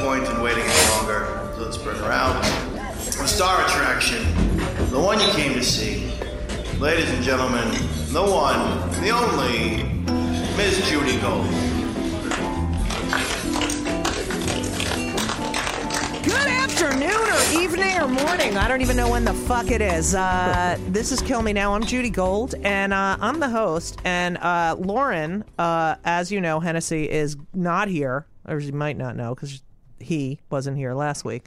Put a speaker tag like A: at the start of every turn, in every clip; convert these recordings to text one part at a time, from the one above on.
A: point in waiting any longer, so let's bring her out. The star attraction, the one you came to see. Ladies and gentlemen, the one, the only, Miss Judy Gold.
B: Good afternoon or evening or morning. I don't even know when the fuck it is. Uh, this is Kill Me Now. I'm Judy Gold, and uh, I'm the host. And uh, Lauren, uh, as you know, Hennessy is not here, or she might not know because he wasn't here last week.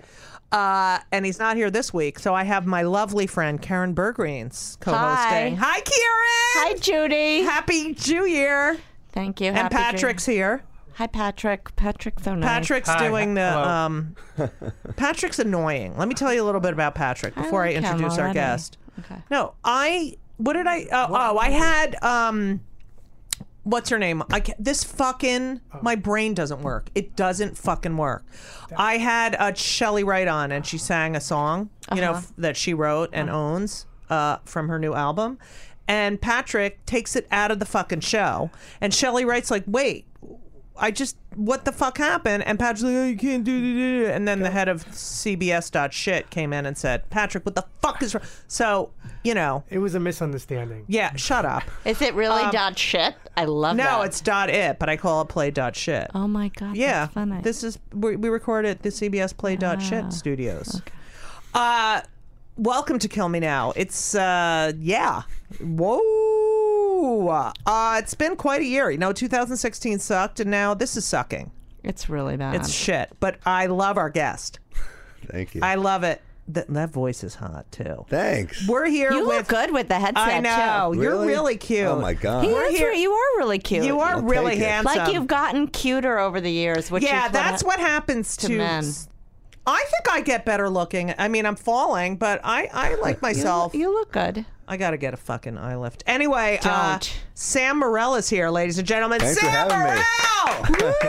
B: Uh, and he's not here this week. So I have my lovely friend, Karen Bergreens, co hosting. Hi. Karen.
C: Hi, Judy.
B: Happy Jew Year.
C: Thank you.
B: and Patrick's here.
C: Hi, Patrick. Patrick's so nice.
B: Patrick's
D: Hi.
B: doing the
D: Hello.
B: um Patrick's annoying. Let me tell you a little bit about Patrick before I,
C: like him
B: introduce our
C: already.
B: guest.
C: Okay.
B: No, I what did I oh, oh I had um what's her name? I ca- this fucking
D: Oh.
B: my brain doesn't work. It doesn't fucking work. I had uh, Shelly Wright on and she sang a song, you know, f- that she wrote and
D: Uh-huh.
B: owns uh, from her new album. And Patrick takes it out of the fucking show. And Shelly Wright's like, "Wait, I just what the fuck happened? And Patrick's like, oh, you can't do do, do. And then the head of CBS dot shit came in and said, Patrick, what the fuck is wrong? So you know,
D: It was a misunderstanding.
B: yeah, shut up.
C: Is it really dot shit? I love that.
B: Um, No, it's dot it, but I call it play dot shit.
C: Oh my god.
B: yeah,
C: That's funny. Ah,
B: this is we, we record at the CBS play dot shit studios. Uh, welcome to Kill Me Now. It's uh, yeah, whoa. Uh, it's been quite a year. You know, 2016 sucked, and now this is sucking.
C: It's really bad.
B: It's shit, but I love our guest.
E: Thank you.
B: I love it. That that voice is hot too.
E: Thanks.
B: We're here
C: you
B: with.
C: look good with the headset
B: I know
C: too.
B: you're really cute.
E: Oh my god.
C: He is
B: here-
C: re- You are really cute.
B: You are
E: I'll
B: really
E: take it.
B: handsome.
C: Like you've gotten cuter over the years, which
B: Yeah,
C: is what
B: that's
C: I-
B: what happens to,
C: men.
B: I think I get better looking. I mean, I'm falling, but I I like myself.
C: You look good.
B: I gotta get a fucking eye lift. Anyway, uh,
C: Don't.
B: Sam Morrell is here, ladies and gentlemen.
E: Thanks for
B: Sam
E: having me.
B: Morril!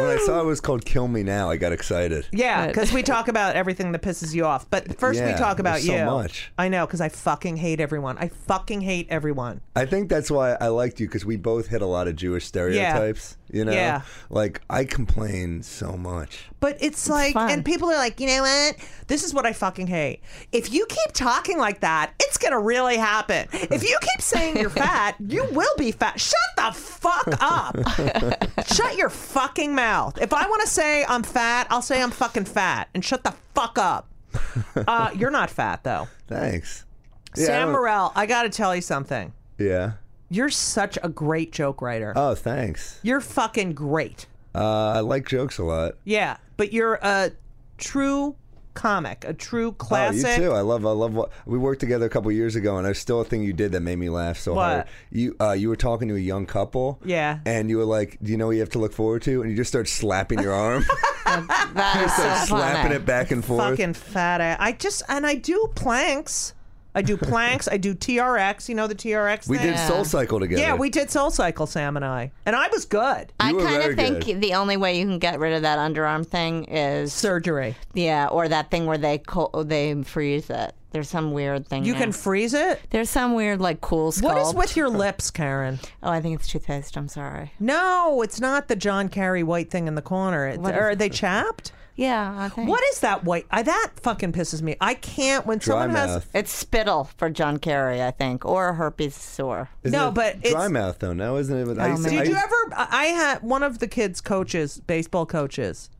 E: when I saw it was called "Kill Me Now," I got excited.
B: Yeah,
C: But-
B: because we talk about everything that pisses you off. But first, we
E: Yeah,
B: talk about
E: there's so
B: you.
E: much.
B: I know, because I fucking hate everyone. I fucking hate everyone.
E: I think that's why I liked you because we both hit a lot of Jewish stereotypes. You know,
B: Yeah.
E: like I complain so much.
B: But it's like,
C: fun.
B: and people are like, you know what? This is what I fucking hate. If you keep talking like that, it's gonna really happen. If you keep saying you're fat, you will be fat. Shut the fuck up. shut your fucking mouth. If I want to say I'm fat, I'll say I'm fucking fat, and shut the fuck up. Uh, you're not fat though,
E: Thanks. Yeah, I
B: Sam
E: don't-
B: Morrell. I gotta tell you something.
E: Yeah.
B: You're such a great joke writer.
E: Oh, thanks.
B: you're fucking great.
E: Uh, I like jokes a lot.
B: Yeah, but you're a true comic, a true classic.
E: Oh, you too. I love. I love. What, we worked together a couple years ago, and there's still a thing you did that made me laugh so
B: What?
E: hard. You uh, you were talking to a young couple.
B: Yeah.
E: And you were like, "Do you know what you have to look forward to?" And you just start slapping your arm,
C: That is so
E: start slapping
C: funny.
E: it back and forth.
B: Fucking fat ass. I just and I do planks. I do planks. I do TRX. You know the TRX.
E: we
B: thing?
E: did Soul Cycle together.
B: Yeah, we did Soul Cycle, Sam and I, and I was good.
C: I
E: You were
C: kind
E: very
C: of think
E: good.
C: the only way you can get rid of that underarm thing is
B: Surgery.
C: yeah, or that thing where they co- they freeze it. There's some weird thing.
B: You
C: now.
B: can freeze it.
C: There's some weird like cool sculpt.
B: What is with your lips, Karen?
C: Oh, I think it's toothpaste. I'm sorry.
B: No, it's not the John Kerry white thing in the corner. It's,
C: What is
B: are they chapped?
C: Yeah, I think.
B: What is that white? I, that fucking pisses me. I can't when
E: dry
B: someone
E: mouth.
B: has
C: It's spittle for John Kerry, I think, or a herpes sore.
E: Isn't
B: No,
E: it
B: but
E: dry
B: it's-
E: mouth though. No, isn't it? But I
C: Oh,
E: used to-
C: man.
E: I
B: Did you
E: used-
B: ever? I I had one of the kids' coaches, baseball coaches,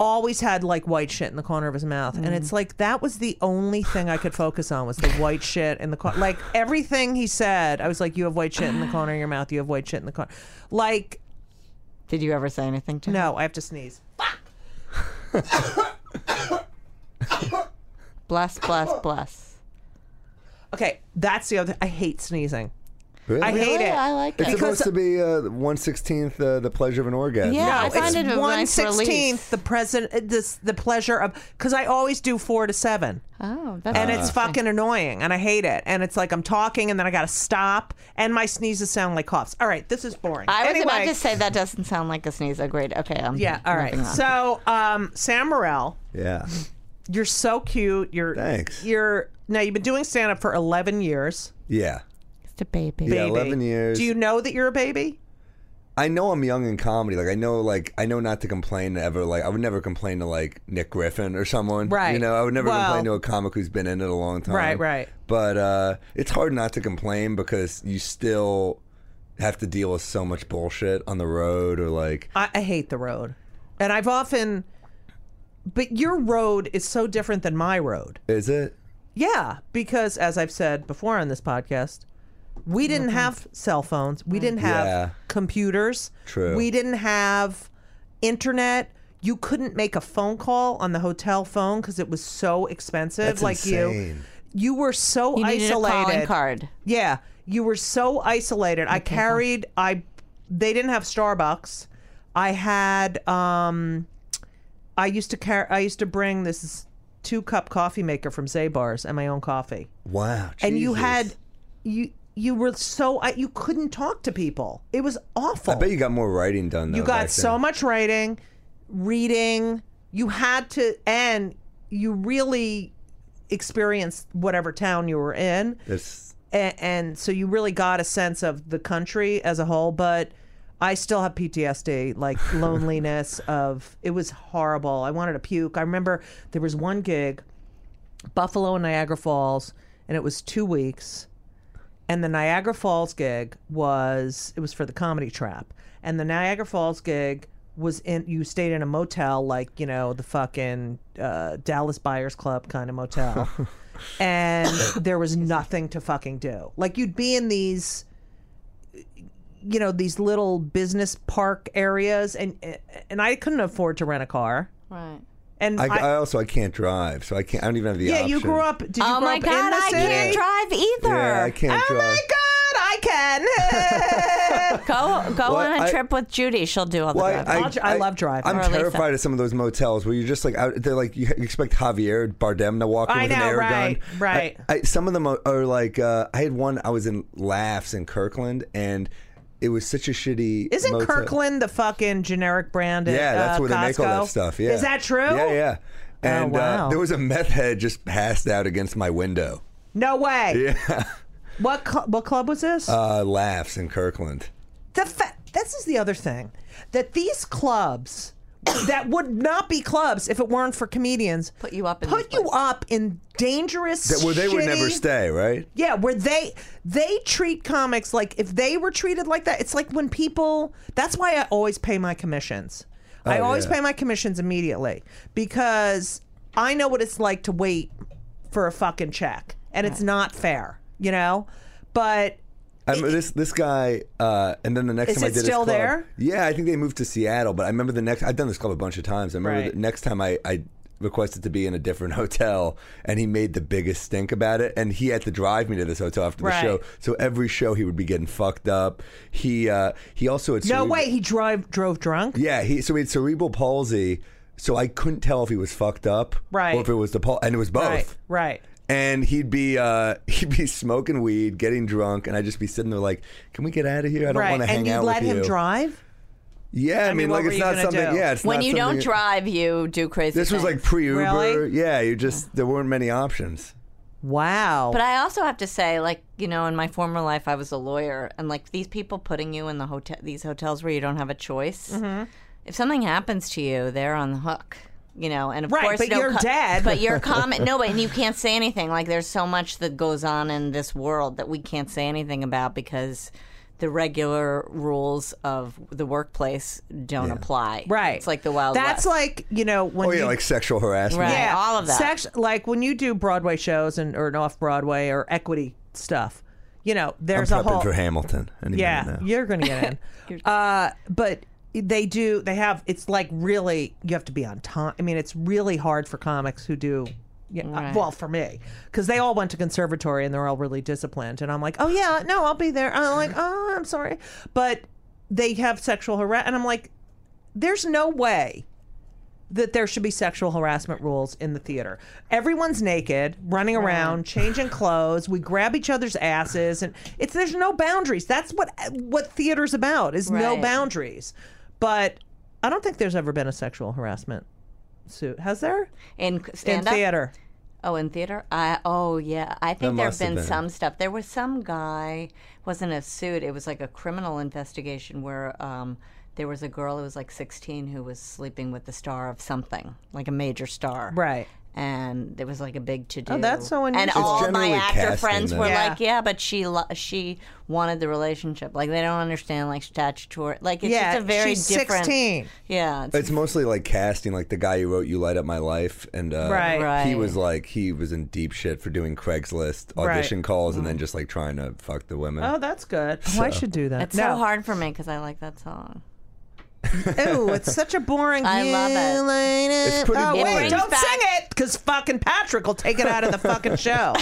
B: always had like white shit in the corner of his mouth, and it's like that was the only thing I could focus on was the white shit in the corner. Like everything he said, I was like, "You have white shit in the corner of your mouth. You have white shit in the corner." Like,
C: Did you ever say anything to him?
B: no, I have to sneeze.
C: Bless, bless, bless.
B: Okay, that's the other. I hate sneezing.
E: Really?
B: I hate
C: Really?
B: it.
C: Oh, I like
E: It's
C: it.
B: because-
E: supposed to be uh, one sixteenth uh, the pleasure of an orgasm.
C: Yeah, I
E: or something.
C: find it-
B: It's
C: a nice
B: one sixteenth
C: release.
B: the present this the pleasure of because I always do four to seven.
C: Oh, that's
B: and it's fucking annoying and i hate it and it's like i'm talking and then i gotta stop and my sneezes sound like coughs all right this is boring
C: I was
B: anyway,
C: about to say that doesn't sound like a sneeze. Agreed. Okay. I'm
B: yeah all right
C: moving on.
B: so um sam morrell
E: yeah.
B: you're so cute you're
E: Thanks.
B: you're now you've been doing stand-up for 11 years
E: Yeah.
C: It's a baby.
E: Yeah.
B: baby.
E: Eleven years.
B: do you know that you're a baby
E: I know I'm young in comedy. Like I know, like I know not to complain ever. Like I would never complain to like Nick Griffin or someone. You
B: Right.
E: know, I would never
B: Well-
E: complain to a comic who's been in it a long time.
B: Right, right.
E: But uh, it's hard not to complain because you still have to deal with so much bullshit on the road or like
B: I, I hate the road, and I've often. But your road is so different than my road.
E: is it?
B: Yeah, because as I've said before on this podcast, we didn't have cell phones.
C: Mm.
B: We didn't have
E: Yeah.
B: computers.
E: True.
B: We didn't have internet. You couldn't make a phone call on the hotel phone because it was so expensive.
E: That's
B: like
E: insane.
B: you, you were so
C: You needed
B: isolated.
C: a calling card.
B: Yeah, you were so isolated. I carried. I they didn't have Starbucks. I had. um I used to carry. I used to bring this two cup coffee maker from Zabar's and my own coffee.
E: Wow.
B: And you
E: Jesus.
B: had you you were so I, you couldn't talk to people. It was awful.
E: I bet you got more writing done. Though,
B: You
E: back
B: got so
E: then.
B: much writing, reading. You had to, and you really experienced whatever town you were in
E: It's,
B: and, and so you really got a sense of the country as a whole but i still have ptsd like loneliness of it was horrible i wanted to puke i remember there was one gig buffalo and niagara falls and it was two weeks and the niagara falls gig was it was for the comedy trap and the niagara falls gig was in you stayed in a motel like you know the fucking uh, dallas buyers club kind of motel and there was nothing to fucking do. Like you'd be in these, you know, these little business park areas, and and I couldn't afford to rent a car.
C: Right.
B: And
E: I,
B: I,
E: I also I can't drive, so I can't. I don't even have the
B: yeah,
E: option.
B: you grew up. Did you
C: Oh
B: grow
C: my
B: up in
C: God,
B: the
C: I
B: city?
C: can't drive either.
E: Yeah, I can't
B: Oh
E: drive.
B: my god, I can.
C: Go go
E: Well,
C: on a
E: I-
C: trip with Judy. She'll do all the
E: Well,
C: driving.
B: I'll dr- I love driving.
E: I'm
C: Or at least
E: terrified
C: that-
E: of some of those motels where you're just like out. They're like you expect Javier Bardem to walk in
B: I
E: with an
B: know,
E: air
B: right,
E: gun.
B: right.
E: I, I, some of them are, are like uh, I had one. I was in Laughs in Kirkland, and it was such a shitty.
B: Isn't
E: motel.
B: Kirkland the fucking generic brand? At,
E: Yeah, that's
B: uh,
E: where they make all
B: Costco?
E: that stuff. Yeah,
B: is that true?
E: Yeah, yeah. And uh,
B: Oh, wow.
E: there was a meth head just passed out against my window.
B: No way.
E: Yeah,
B: What cl- what club was this?
E: uh, Laughs in Kirkland.
B: the fa- this is the other thing that these clubs that would not be clubs if it weren't for comedians
C: Put you up in
B: put
C: these
B: you up in dangerous
E: That where they would never
B: shitty-
E: stay, right?
B: yeah where they they treat comics like if they were treated like that it's like when people that's why i always pay my commissions i
E: Oh,
B: always
E: yeah.
B: pay my commissions immediately because i know what it's like to wait for a fucking check and it's not fair you know but
E: I remember this this guy, uh, and then the next
B: Is
E: time I
B: it
E: did his
B: still
E: club-
B: there?
E: Yeah, I think they moved to Seattle, but I remember the next. I've done this club a bunch of times. I remember
B: Right.
E: the next time I, I requested to be in a different hotel, and he made the biggest stink about it, and he had to drive me to this hotel after the
B: Right.
E: show. So every show he would be getting fucked up. He uh, he also had
B: no
E: cerebral-
B: way he drive drove drunk
E: Yeah, he so he had cerebral palsy, so I couldn't tell if he was fucked up,
B: Right.
E: or if it was the pal, and it was both
B: right right
E: and he'd be uh, he'd be smoking weed, getting drunk, and I'd just be sitting there like, "Can we get out of here? I don't
B: right.
E: want to
B: and
E: hang
B: you
E: out
B: let
E: with
B: him
E: you."
B: drive?
E: Yeah, I, mean,
B: mean, what
E: like
B: were
E: it's
B: you
E: not
B: gonna
E: something.
B: do?
E: Yeah, it's
C: when
E: not
C: you don't
E: something-
C: drive, you do crazy.
E: This was like
C: things.
E: pre Uber.
B: Really?
E: Yeah, you just there weren't many options.
B: Wow.
C: But I also have to say, like you know, in my former life, I was a lawyer, and like these people putting you in the hotel, these hotels where you don't have a choice.
B: Mm-hmm.
C: If something happens to you, they're on the hook. You know, and of
B: Right,
C: course,
B: but
C: no
B: you're dead.
C: But you're comment. No, but and you can't say anything. Like there's so much that goes on in this world that we can't say anything about because the regular rules of the workplace don't apply.
B: right.
C: It's like the wild.
B: That's
C: West.
B: like, you know, when
E: Oh yeah,
B: you
E: like sexual harassment.
C: Right. all of that.
B: Sex, like when you do Broadway shows and or an off Broadway or equity stuff, you know,
E: I'm
B: there's a
E: prepping
B: whole
E: for Hamilton. any minute
B: Yeah,
E: now.
B: you're gonna get in. uh, but they do. They have. It's like really. You have to be on time. I mean, it's really hard for comics who do. Yeah, uh,
C: Right.
B: well, for me, because they all went to conservatory and they're all really disciplined, and I'm like, oh yeah, no, I'll be there. I'm like, oh, I'm sorry, but they have sexual harass, and I'm like, there's no way that there should be sexual harassment rules in the theater. Everyone's naked, running around, changing clothes. We grab each other's asses, and it's there's no boundaries. That's what what theater's about is no
C: Right.
B: boundaries. But I don't think there's ever been a sexual harassment suit. Has there
C: in
B: in
C: stand up.
B: theater?
C: Oh, in theater? I oh yeah. I
E: That
C: think there
E: must
C: have
E: have
C: been,
E: been it.
C: some stuff. There was some guy wasn't a suit. It was like a criminal investigation where um, there was a girl who was like 16 who was sleeping with the star of something, like a major star.
B: Right. Oh,
C: And there was like a big to do.
B: that's so
C: And
B: unusual.
E: It's
C: all my
E: generally
C: actor
E: casting,
C: friends
E: though.
C: were
B: Yeah.
C: like, "Yeah, but she lo- she wanted the relationship. Like they don't understand like statutory. Like it's
B: yeah,
C: just a very
B: she's
C: different.
B: 16.
C: Yeah, it's
E: It's mostly like casting, like the guy who wrote "You Light Up My Life," and uh,
B: Right.
E: he
C: Right.
E: was like he was in deep shit for doing Craigslist audition
B: Right. Mm-hmm.
E: calls and then just like trying to fuck the women.
B: Oh, that's good. Oh, I should do that.
C: It's
B: no.
C: so hard for me because I like that song.
B: Ew, it's such a boring.
C: I love it.
E: It's pretty
B: oh,
E: boring.
B: wait,
C: It brings
B: don't
C: back-
B: sing it because fucking Patrick will take it out of the fucking show.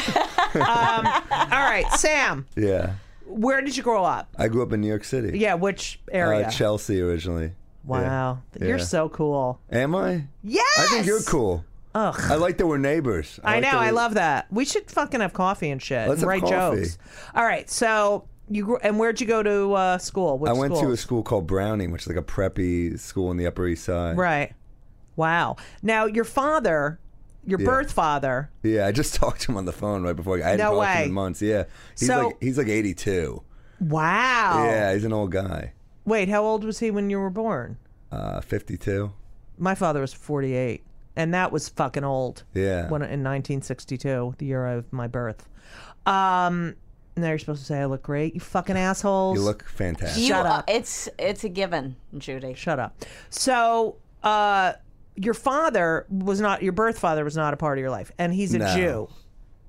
B: um, all right, Sam,
E: Yeah,
B: where did you grow up?
E: I grew up in New York City.
B: Yeah, which area?
E: uh, Chelsea originally.
B: wow, you're
E: Yeah.
B: so cool.
E: Yeah. Am I?
B: Yes,
E: I think you're cool.
B: Ugh.
E: I like that we're neighbors.
B: I
E: like
B: know.
E: that
B: I
E: we-
B: love that. We should fucking have coffee and shit.
E: Let's
B: and write
E: have coffee.
B: jokes. All right. So you grew, and where'd you go to uh, school? Which
E: I went
B: school?
E: to a school called Browning, which is like a preppy school in the Upper East Side.
B: right. Wow. Now your father, your birth father.
E: Yeah, I just talked to him on the phone right before. I hadn't
B: No
E: talked to
B: way.
E: him in months. Yeah, he's
B: So- Oh.
E: like he's like 82.
B: Wow.
E: Yeah, he's an old guy.
B: Wait, how old was he when you were born?
E: Uh, 52.
B: My father was 48, and that was fucking old.
E: Yeah.
B: When in 1962, the year of my birth. Um. Now you're supposed to say I look great. You fucking assholes.
E: You look fantastic.
C: You-
B: Shut
C: uh,
B: up.
C: It's it's a given, Judy.
B: Shut up. So, uh, your father was not your birth father was not a part of your life, and he's a
E: No.
B: Jew.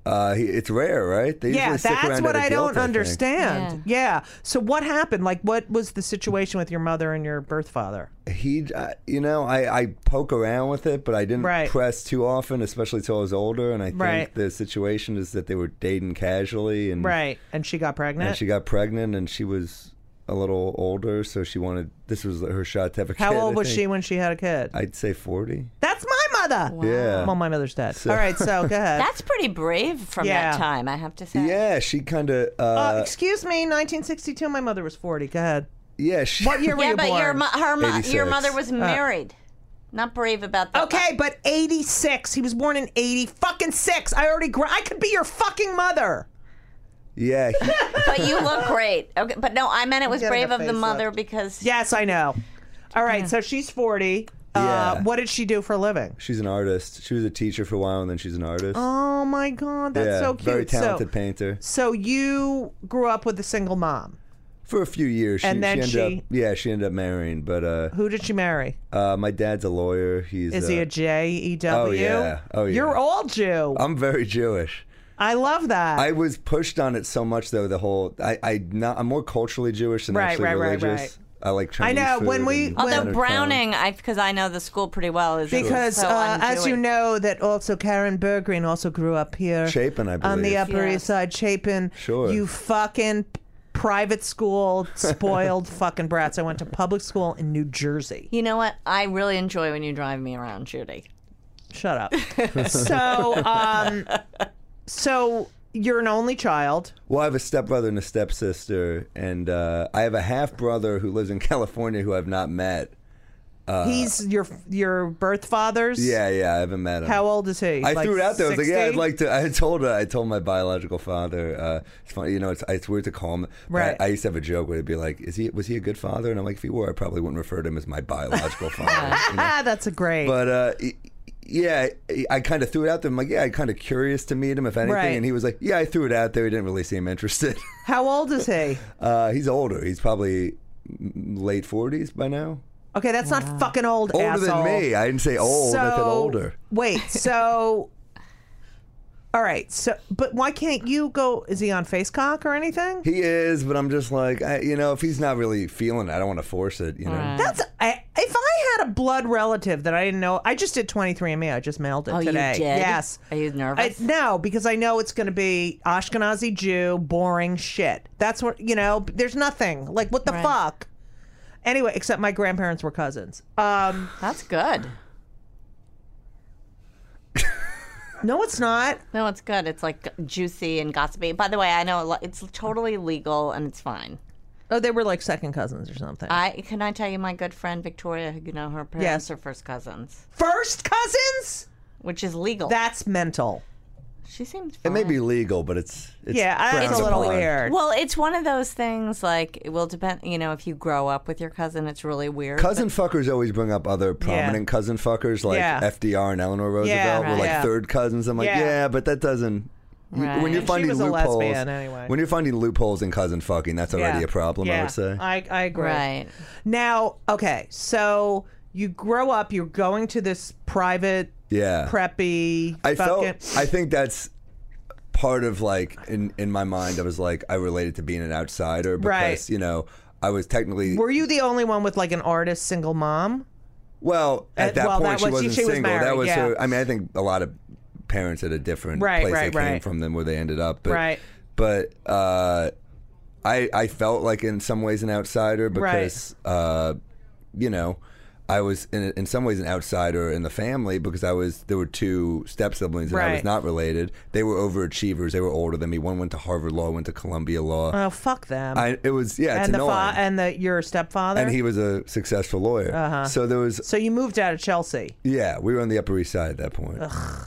E: Uh, he, it's rare, right? They
B: Yeah,
E: usually stick
B: that's
E: around
B: what
E: out of
B: I
E: guilt,
B: don't
E: think.
B: understand. Yeah. So what happened? Like, what was the situation with your mother and your birth father?
E: He, uh, you know, I, I poke around with it, but I didn't
B: Right.
E: press too often, especially till I was older. And I think
B: Right.
E: the situation is that they were dating casually, and
B: Right, and she got pregnant.
E: and she got pregnant, and she was a little older, so she wanted this was her shot to have a
B: How
E: kid.
B: old
E: I
B: was
E: think.
B: she when she had a kid?
E: I'd say forty.
B: that's my mother.
E: Yeah.
B: Well, my mother's dead. All right, so go ahead.
C: That's pretty brave from
B: Yeah.
C: that time, I have to say.
E: Yeah, she kind of. Uh,
B: uh, excuse me, 1962. My mother was 40. Go ahead.
E: yeah, she.
B: What year were
C: Yeah,
B: you
C: but
B: born? Uh.
C: your mo- her mo- your
E: 86.
C: mother was married. Not brave about that.
B: Okay, but 86. He was born in 80 fucking 6. I already gra- I could be your fucking mother.
E: Yeah, he-
C: but you look great. Okay, but no, I meant it was
B: getting
C: brave
B: a
C: of the
B: face
C: mother because
B: Yes, I know. All right, so she's 40. Uh,
E: Yeah.
B: what did she do for a living?
E: she's an artist. She was a teacher for a while, and then she's an artist.
B: Oh my god, that's
E: yeah,
B: so cute.
E: Very talented
B: so,
E: painter.
B: so you grew up with a single mom.
E: For a few years, she,
B: And then
E: she ended
B: she-
E: up. Yeah, she ended up marrying. But uh,
B: Who did she marry?
E: uh, my dad's a lawyer. He's.
B: Is
E: uh,
B: he a J E W?
E: Oh, yeah. Oh, yeah. Oh.
B: You're all Jew.
E: I'm very Jewish.
B: I love that.
E: I was pushed on it so much though. The whole I I not I'm more culturally Jewish than
B: Right,
E: actually
B: right, right,
E: religious.
B: right.
E: I like Chinese.
B: know, when
E: food
B: we-
E: and
B: Although
E: standard
C: although
E: food.
C: Browning, I because I know the school pretty well is
B: because
C: so
B: uh, as you
C: un-Jewish.
B: know that also Karen Bergreen also grew up here
E: Chapin, I
B: on the
E: believe.
B: Upper
C: Yeah.
B: East Side. Chapin,
E: Sure.
B: you fucking private school spoiled fucking brats. I went to public school in New Jersey.
C: You know what? I really enjoy when you drive me around, Judy.
B: Shut up. so, um, so you're an only child.
E: Well, I have a stepbrother and a stepsister, and uh, I have a half brother who lives in California who I've not met.
B: He's your your birth father's.
E: Uh, Yeah, yeah, I haven't met him.
B: How old is he?
E: I
B: Like
E: threw it out there. I was like, yeah, I'd
B: 60?
E: like to. I told uh, I told my biological father. Uh, it's funny, you know, it's, it's weird to call him. but
B: Right.
E: I, I used to have a joke where it'd be like, "Is he was he a good father?" And I'm like, "If he were, I probably wouldn't refer to him as my biological father." you know?
B: Ah, that's a great.
E: But uh, y- yeah, I, I kind of threw it out there. I'm like, "Yeah, I'm kind of curious to meet him, if anything."
B: Right.
E: And he was like, "Yeah, I threw it out there. He didn't really seem interested."
B: How old is he?
E: uh, he's older. He's probably mm, late 40s by now.
B: Okay, that's not fucking old.
E: Older
B: asshole.
E: than me. I didn't say old. I said
B: So-
E: older.
B: Wait, so. All right, so but why can't you go? Is he on Facecock or anything?
E: He is, but I'm just like, I, you know, if he's not really feeling it, I don't want to force it, you know.
B: That's I, if I had a blood relative that I didn't know. I just did 23andMe. I just mailed it
C: Oh, you
B: today.
C: did?
B: Yes.
C: Are you
B: I,
C: nervous?
B: no, because I know it's going to be Ashkenazi Jew, boring shit. That's what you know. There's nothing like what the
C: Right.
B: fuck. Anyway, except my grandparents were cousins. Um,
C: That's good.
B: no, it's not.
C: No, it's good. It's like juicy and gossipy. By the way, I know a lot- it's totally legal and it's fine.
B: Oh, they were like second cousins or something.
C: I can I tell you my good friend Victoria, who you know her parents
B: Yes.
C: are first cousins,
B: First cousins?
C: which is legal.
B: That's mental.
C: She seemed.
E: It
C: Fine.
E: may be legal, but it's, it's
B: Yeah, I- it's
E: frowned
B: a little
E: upon.
B: weird.
C: Well, it's one of those things. Like, it will depend. You know, if you grow up with your cousin, it's really weird.
E: Cousin fuckers always bring up other prominent cousin fuckers like
B: Yeah.
E: FDR and Eleanor Roosevelt
B: Yeah,
E: were like
B: right.
E: third cousins. I'm like,
B: Yeah.
E: yeah, but that doesn't. you-
C: Right.
E: When you're
C: She
E: finding
B: was a
E: loopholes,
B: lesbian anyway.
E: when you're finding loopholes in cousin fucking, that's already
B: Yeah.
E: a problem. I
B: Yeah.
E: would say.
B: I, I agree.
C: Right.
B: Now, okay, so you grow up, you're going to this private,
E: yeah.
B: preppy,
E: I
B: fucking,
E: felt. I think that's part of like in in my mind. I was like, I related to being an outsider because
B: Right.
E: you know I was technically
B: Were you the only one with like an artist single mom?
E: well at
B: Uh,
E: that
B: well,
E: point.
B: that
E: she
B: was- she-
E: wasn't
B: she was
E: single. that
B: married,
E: was
B: yeah.
E: her. I mean, I think a lot of parents at a different
B: Right,
E: place
B: right,
E: they came
B: right.
E: from than where they ended up. But,
B: Right.
E: But. uh I, I felt like in some ways an outsider because uh, you know I was in, in some ways an outsider in the family because I was there were two step siblings and I
B: Right.
E: was not related. They were overachievers. They were older than me. One went to Harvard Law, went to Columbia Law.
B: Oh, fuck them.
E: I, it was yeah, it's
B: and the
E: annoying.
B: fa- and the your stepfather.
E: and he was a successful lawyer.
B: Uh-huh.
E: So there was
B: so you moved out of Chelsea.
E: yeah, we were on the Upper East Side at that point.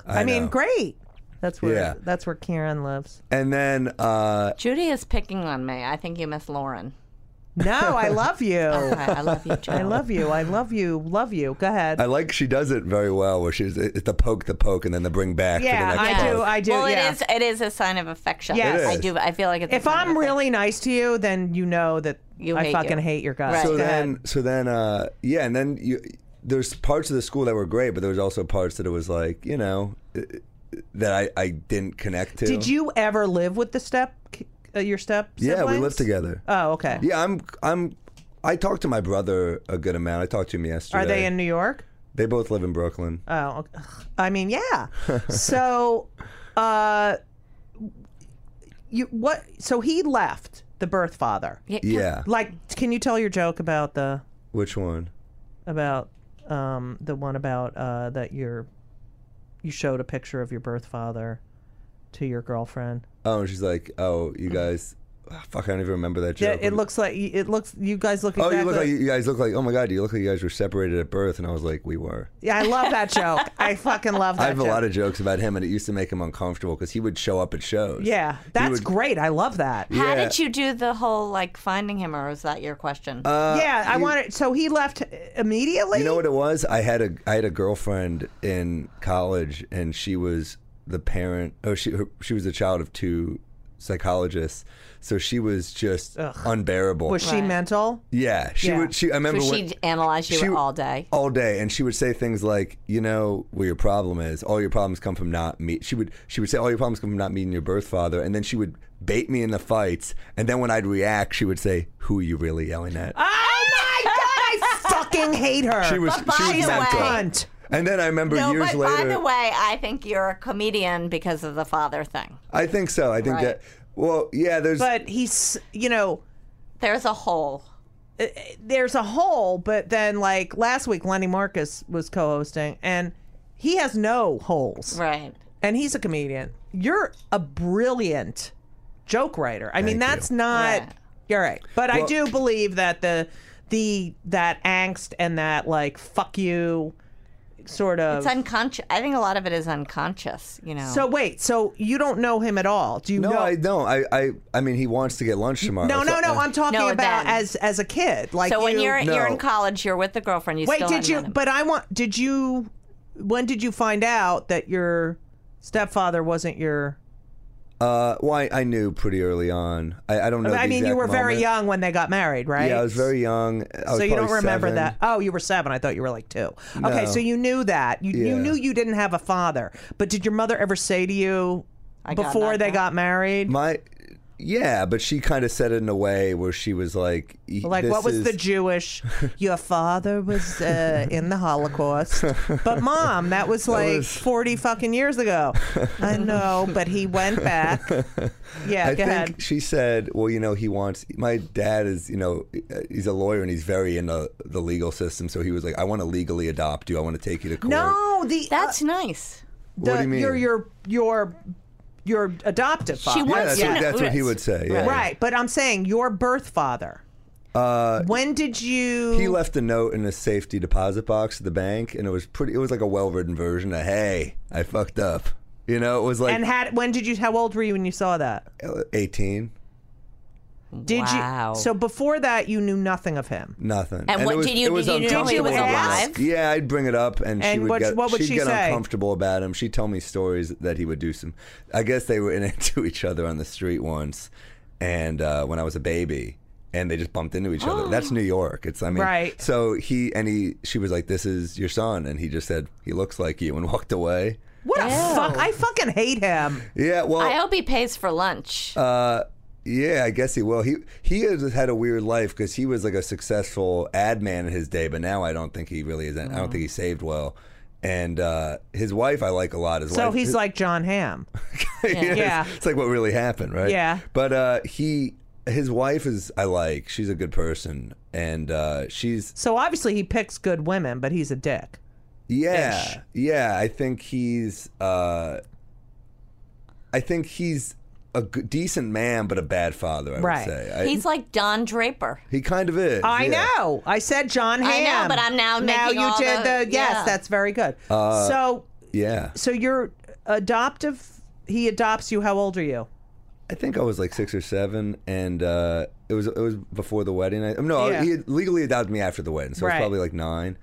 B: I, mean,
E: know.
B: great. That's where
E: Yeah.
B: that's where Kieran lives.
E: And then uh,
C: Judy is picking on me. I think you miss Lauren.
B: No, I love you.
C: I, I love you, Joe.
B: Oh. I love you. I love you. Love you. Go ahead.
E: I like she does it very well, where she's it's the poke, the poke, and then the bring back.
B: Yeah,
E: for the
B: I
E: next
B: do,
E: poke.
B: I do,
C: Well,
B: yeah.
C: it is. It is a sign of affection.
B: Yes. It
E: is.
C: I do. I feel like it's. a
B: if
C: sign of
B: I'm
C: affection.
B: really nice to you, then you know that
C: You
B: I
C: hate
B: fucking
C: you.
B: hate your guts.
C: Right.
E: so
B: Go ahead.
E: then so then uh yeah and then you there's parts of the school that were great but there was also parts that it was like you know uh, that i i didn't connect to
B: Did you ever live with the step uh, your step?
E: yeah we
B: siblings?
E: lived together
B: Oh, okay.
E: yeah i'm i'm i talked to my brother a good amount i talked to him yesterday
B: Are they in New York?
E: they both live in brooklyn
B: Oh, ok- ugh. I mean, yeah. so, uh, you what? So he left the birth father.
E: yeah
B: Like, can you tell your joke about the
E: which one
B: about um the one about uh that your you showed a picture of your birth father to your girlfriend?
E: oh and she's like oh you guys ah, fuck i don't even remember that
B: Mm-hmm. Yeah,
E: joke
B: it looks like it looks. You guys look.
E: Oh,
B: Exactly,
E: you look like you guys look like. Oh my god, you look like you guys were separated at birth, and I was like, we were.
B: Yeah, I love that joke. I fucking love that.
E: I have
B: joke.
E: a lot of jokes about him, and it used to make him uncomfortable because he would show up at shows.
B: Yeah,
E: He
B: that's
E: would-
B: great. I love that.
C: How
E: Yeah.
C: did you do the whole like finding him, or was that your question?
E: Um,
B: yeah, I want it. So he left immediately.
E: You know what it was? I had a I had a girlfriend in college, and she was the parent. Oh, she her, she was the child of two psychologists, so she was just unbearable.
B: was she
C: Right.
B: mental?
E: yeah, she
B: Yeah.
E: would. She I
C: so
E: remember when,
C: she analyzed you
E: she-
C: all day.
E: all day, and she would say things like, "You know where your problem is. All your problems come from not me." She would she would say, "All your problems come from not meeting your birth father," and then she would bait me in the fights, and then when I'd react, she would say, "Who are you really yelling at?"
B: Oh my god, I fucking hate her.
C: Uh,
E: She was- But she was by
B: she's
E: the
B: a
E: way-
B: cunt.
E: and then I remember
C: No,
E: years
C: but
E: later.
C: by the way, I think you're a comedian because of the father thing.
E: I think so. I think
C: Right.
E: that. Well, yeah. There's.
B: But he's, you know, uh,
C: There's a hole.
B: there's a hole. But then, like last week, Lenny Marcus was co-hosting, and he has no holes,
C: Right.
B: and he's a comedian. You're a brilliant joke writer. I mean,
E: Thank you.
B: that's not.
C: Right.
B: You're right, but I
E: Well-
B: do believe that the the that angst and that like fuck you sort of
C: It's unconscious. I think a lot of it is unconscious. You know.
B: So wait, so you don't know him at all? Do you
E: no,
B: know?
E: I don't. I, I. I mean, he wants to get lunch tomorrow.
B: no, no,
E: so-
B: no. I'm talking
C: No,
B: about
C: then.
B: as as a kid. Like
C: So when
B: you-
C: you're you're in
E: No.
C: college, you're with the girlfriend. You
B: wait,
C: still
B: did
C: haven't
B: you?
C: met him.
B: But uh, I want. Did you? When did you find out that your stepfather wasn't your?
E: Uh, well, I, I knew pretty early on. I, I don't know.
B: I
E: the
B: mean, you
E: exact
B: were very
E: moment.
B: young when they got married, right?
E: Yeah, I was very young. I was
B: So you don't
E: Oh, probably
B: remember
E: seven.
B: that? Oh, you were seven. I thought you were like two. Okay,
E: No.
B: so you knew that. You, you
E: Yeah.
B: knew you didn't have a father. But did your mother ever say to you
C: got
B: before
C: knocked
B: they
C: out.
B: got married,
E: My. Yeah, but she kind of said it in a way where she was like, y-
B: Like,
E: this
B: what was
E: is-
B: the Jewish? Your father was uh, in the Holocaust. But, mom, that was like
E: was-
B: 40 fucking years ago. I know, but he went back. Yeah,
E: I
B: go
E: think
B: ahead.
E: she said, "Well, you know, he wants my dad is, you know, he's a lawyer and he's very into the legal system, so he was like, I want to legally adopt you. I want to take you to court."
B: No, the, uh,
C: That's nice.
E: what do you mean?
B: Your, your, your, your adoptive father.
C: She
E: yeah,
C: wants
E: that's,
C: you
E: what,
C: to-
E: that's what he would say. Yeah.
B: Right, but I'm saying your birth father. Uh, when did you?
E: He left a note in a safety deposit box at the bank, and it was pretty. It was like a well-written version of "Hey, I fucked up." You know, it was like
B: And had when did you? How old were you when you saw that?
E: 18,
B: Did
C: Wow.
B: you? So before that, you knew nothing of him.
E: nothing. And,
C: what
E: it was,
C: did you-
E: it was
C: did you know he was
E: uncomfortable to
B: alive?
E: ask. Yeah, I'd bring it up, and, she
B: And
E: would
B: what-
E: get
B: what would
E: she'd
B: she
E: get
B: say?
E: uncomfortable about him. She'd tell me stories that he would do some. I guess they were into each other on the street once, and uh, when I was a baby. And they just bumped into each other. That's New York. It's I mean,
B: Right.
E: So he and he, she was like, "This is your son," and he just said, "He looks like you," and walked away.
B: What a
C: Ew.
B: fuck! I fucking hate him.
E: Yeah, well,
C: I hope he pays for lunch.
E: Yeah, I guess he will. He he has had a weird life because he was like a successful ad man in his day, but now I don't think he really is. I don't
B: Mm.
E: think he saved well. And uh, his wife, I like a lot. His
B: So
E: wife,
B: he's like John Hamm.
E: yeah,
B: Yeah.
E: It's, it's like what really happened, right?
B: Yeah.
E: But uh, he, his wife is I like. She's a good person, and uh, she's
B: So obviously he picks good women, but he's a dick.
E: yeah,
B: Ish.
E: yeah. I think he's, uh, I think he's a g- decent man, but a bad father. I
B: Right.
E: would say I-
C: He's like Don Draper.
E: he kind of is.
B: I
E: yeah.
B: know. I said John Hamm.
C: I know, but I'm now
B: now
C: making
B: you
C: all
B: did
C: the-
B: the, yes.
C: yeah.
B: That's very good.
E: Uh,
B: so
E: Yeah.
B: so you're adoptive. He adopts you. How old are you?
E: I think I was like six or seven, and uh, it was it was before the wedding. I, no,
B: Yeah.
E: he had legally adopted me after the wedding, so I
B: Right.
E: was probably like nine.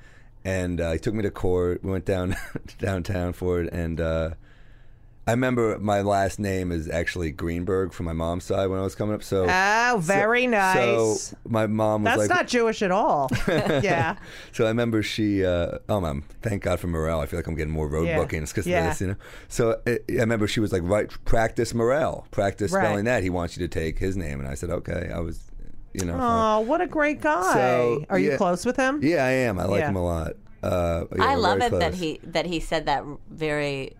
E: And uh, he took me to court. We went down downtown for it, and uh, I remember my last name is actually Greenberg from my mom's side when I was coming up. So
B: Oh, very nice.
E: So my mom was
B: that's
E: like,
B: not Jewish at all. yeah.
E: so I remember she. Uh, oh, man, thank God for morale. I feel like I'm getting more road
B: Yeah.
E: bookings because
B: Yeah.
E: of this, you know. So uh, I, I remember she was like, "Right, practice morale, practice
B: Right.
E: spelling that." He wants you to take his name, and I said, "Okay." I was, you know, fine.
B: Oh, what a great guy.
E: So,
B: are you
E: yeah.
B: close with him?
E: yeah, I am. I like
B: Yeah.
E: him a lot. Uh, yeah,
C: I
E: we're
C: love
E: very
C: it that
E: close.
C: he that he said that very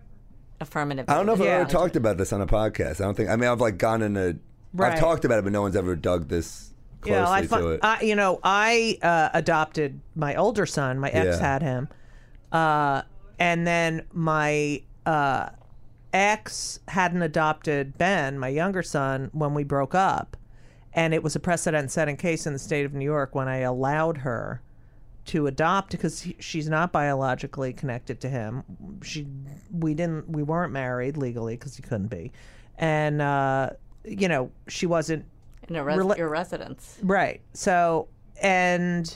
C: affirmative.
E: I don't know if
B: Yeah.
E: I've ever talked about this on a podcast. I don't think. I mean, I've like gone in a.
B: Right.
E: have talked about it, but no one's ever dug this closely
B: Yeah, I,
E: to
B: fu-
E: it.
B: I you know I uh, adopted my older son. My ex
E: Yeah.
B: had him, uh, and then my uh, ex hadn't adopted Ben, my younger son, when we broke up, and it was a precedent-setting case in the state of New York when I allowed her to adopt because he- she's not biologically connected to him. She, we didn't, we weren't married legally because he couldn't be, and uh, you know she wasn't
C: in a res-
B: Rela-
C: your residence.
B: Right. So, and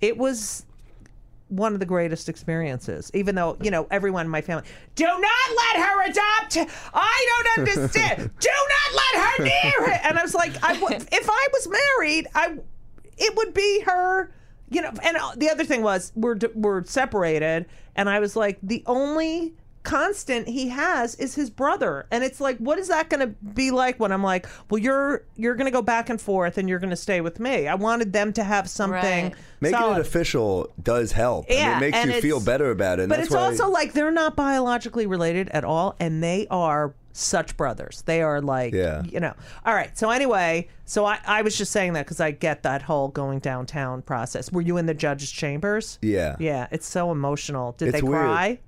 B: it was one of the greatest experiences, even though, you know, everyone in my family, do not let her adopt. I don't understand. do not let her near it. And I was like, I w- if I was married, I, it would be her, you know. And uh, the other thing was, we're, d- we're separated. And I was like, the only constant he has is his brother and it's like what is that going to be like when i'm like well you're you're going to go back and forth and you're going to stay with me i wanted them to have something
C: Right.
E: Making
B: solid.
E: it official does help. and
B: Yeah,
E: it makes
B: and
E: you feel
B: it's-
E: better about it. and
B: But
E: that's
B: it's
E: why-
B: also like they're not biologically related at all, and they are such brothers. They are like,
E: Yeah.
B: you know. All right. So anyway, so I, I was just saying that because I get that whole going downtown process. Were you in the judge's chambers?
E: Yeah.
B: Yeah. It's so emotional. Did
E: It's
B: they
E: weird.
B: cry?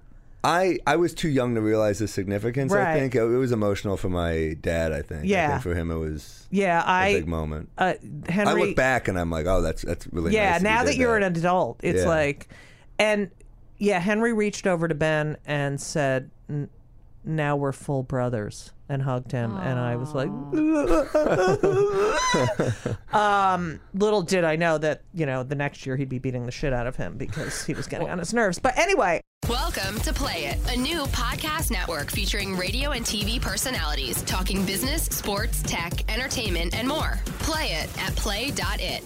E: I I was too young to realize the significance.
B: Right.
E: I think it was emotional for my dad. I think. I
B: Yeah.
E: think for him, it was
B: Yeah.
E: a
B: I
E: big moment.
B: Uh, Henry.
E: I look back and I'm like, oh, that's that's really.
B: Yeah,
E: nice
B: now
E: you
B: that
E: did
B: you're an adult, it's
E: Yeah.
B: like, and yeah, Henry reached over to Ben and said, "N- "Now we're full brothers," and hugged him, and I was like, um, little did I know that you know the next year he'd be beating the shit out of him because he was getting on his nerves. But anyway,
D: Welcome to Play It, a new podcast network featuring radio and TV personalities talking business, sports, tech, entertainment, and more. Play it at play.it.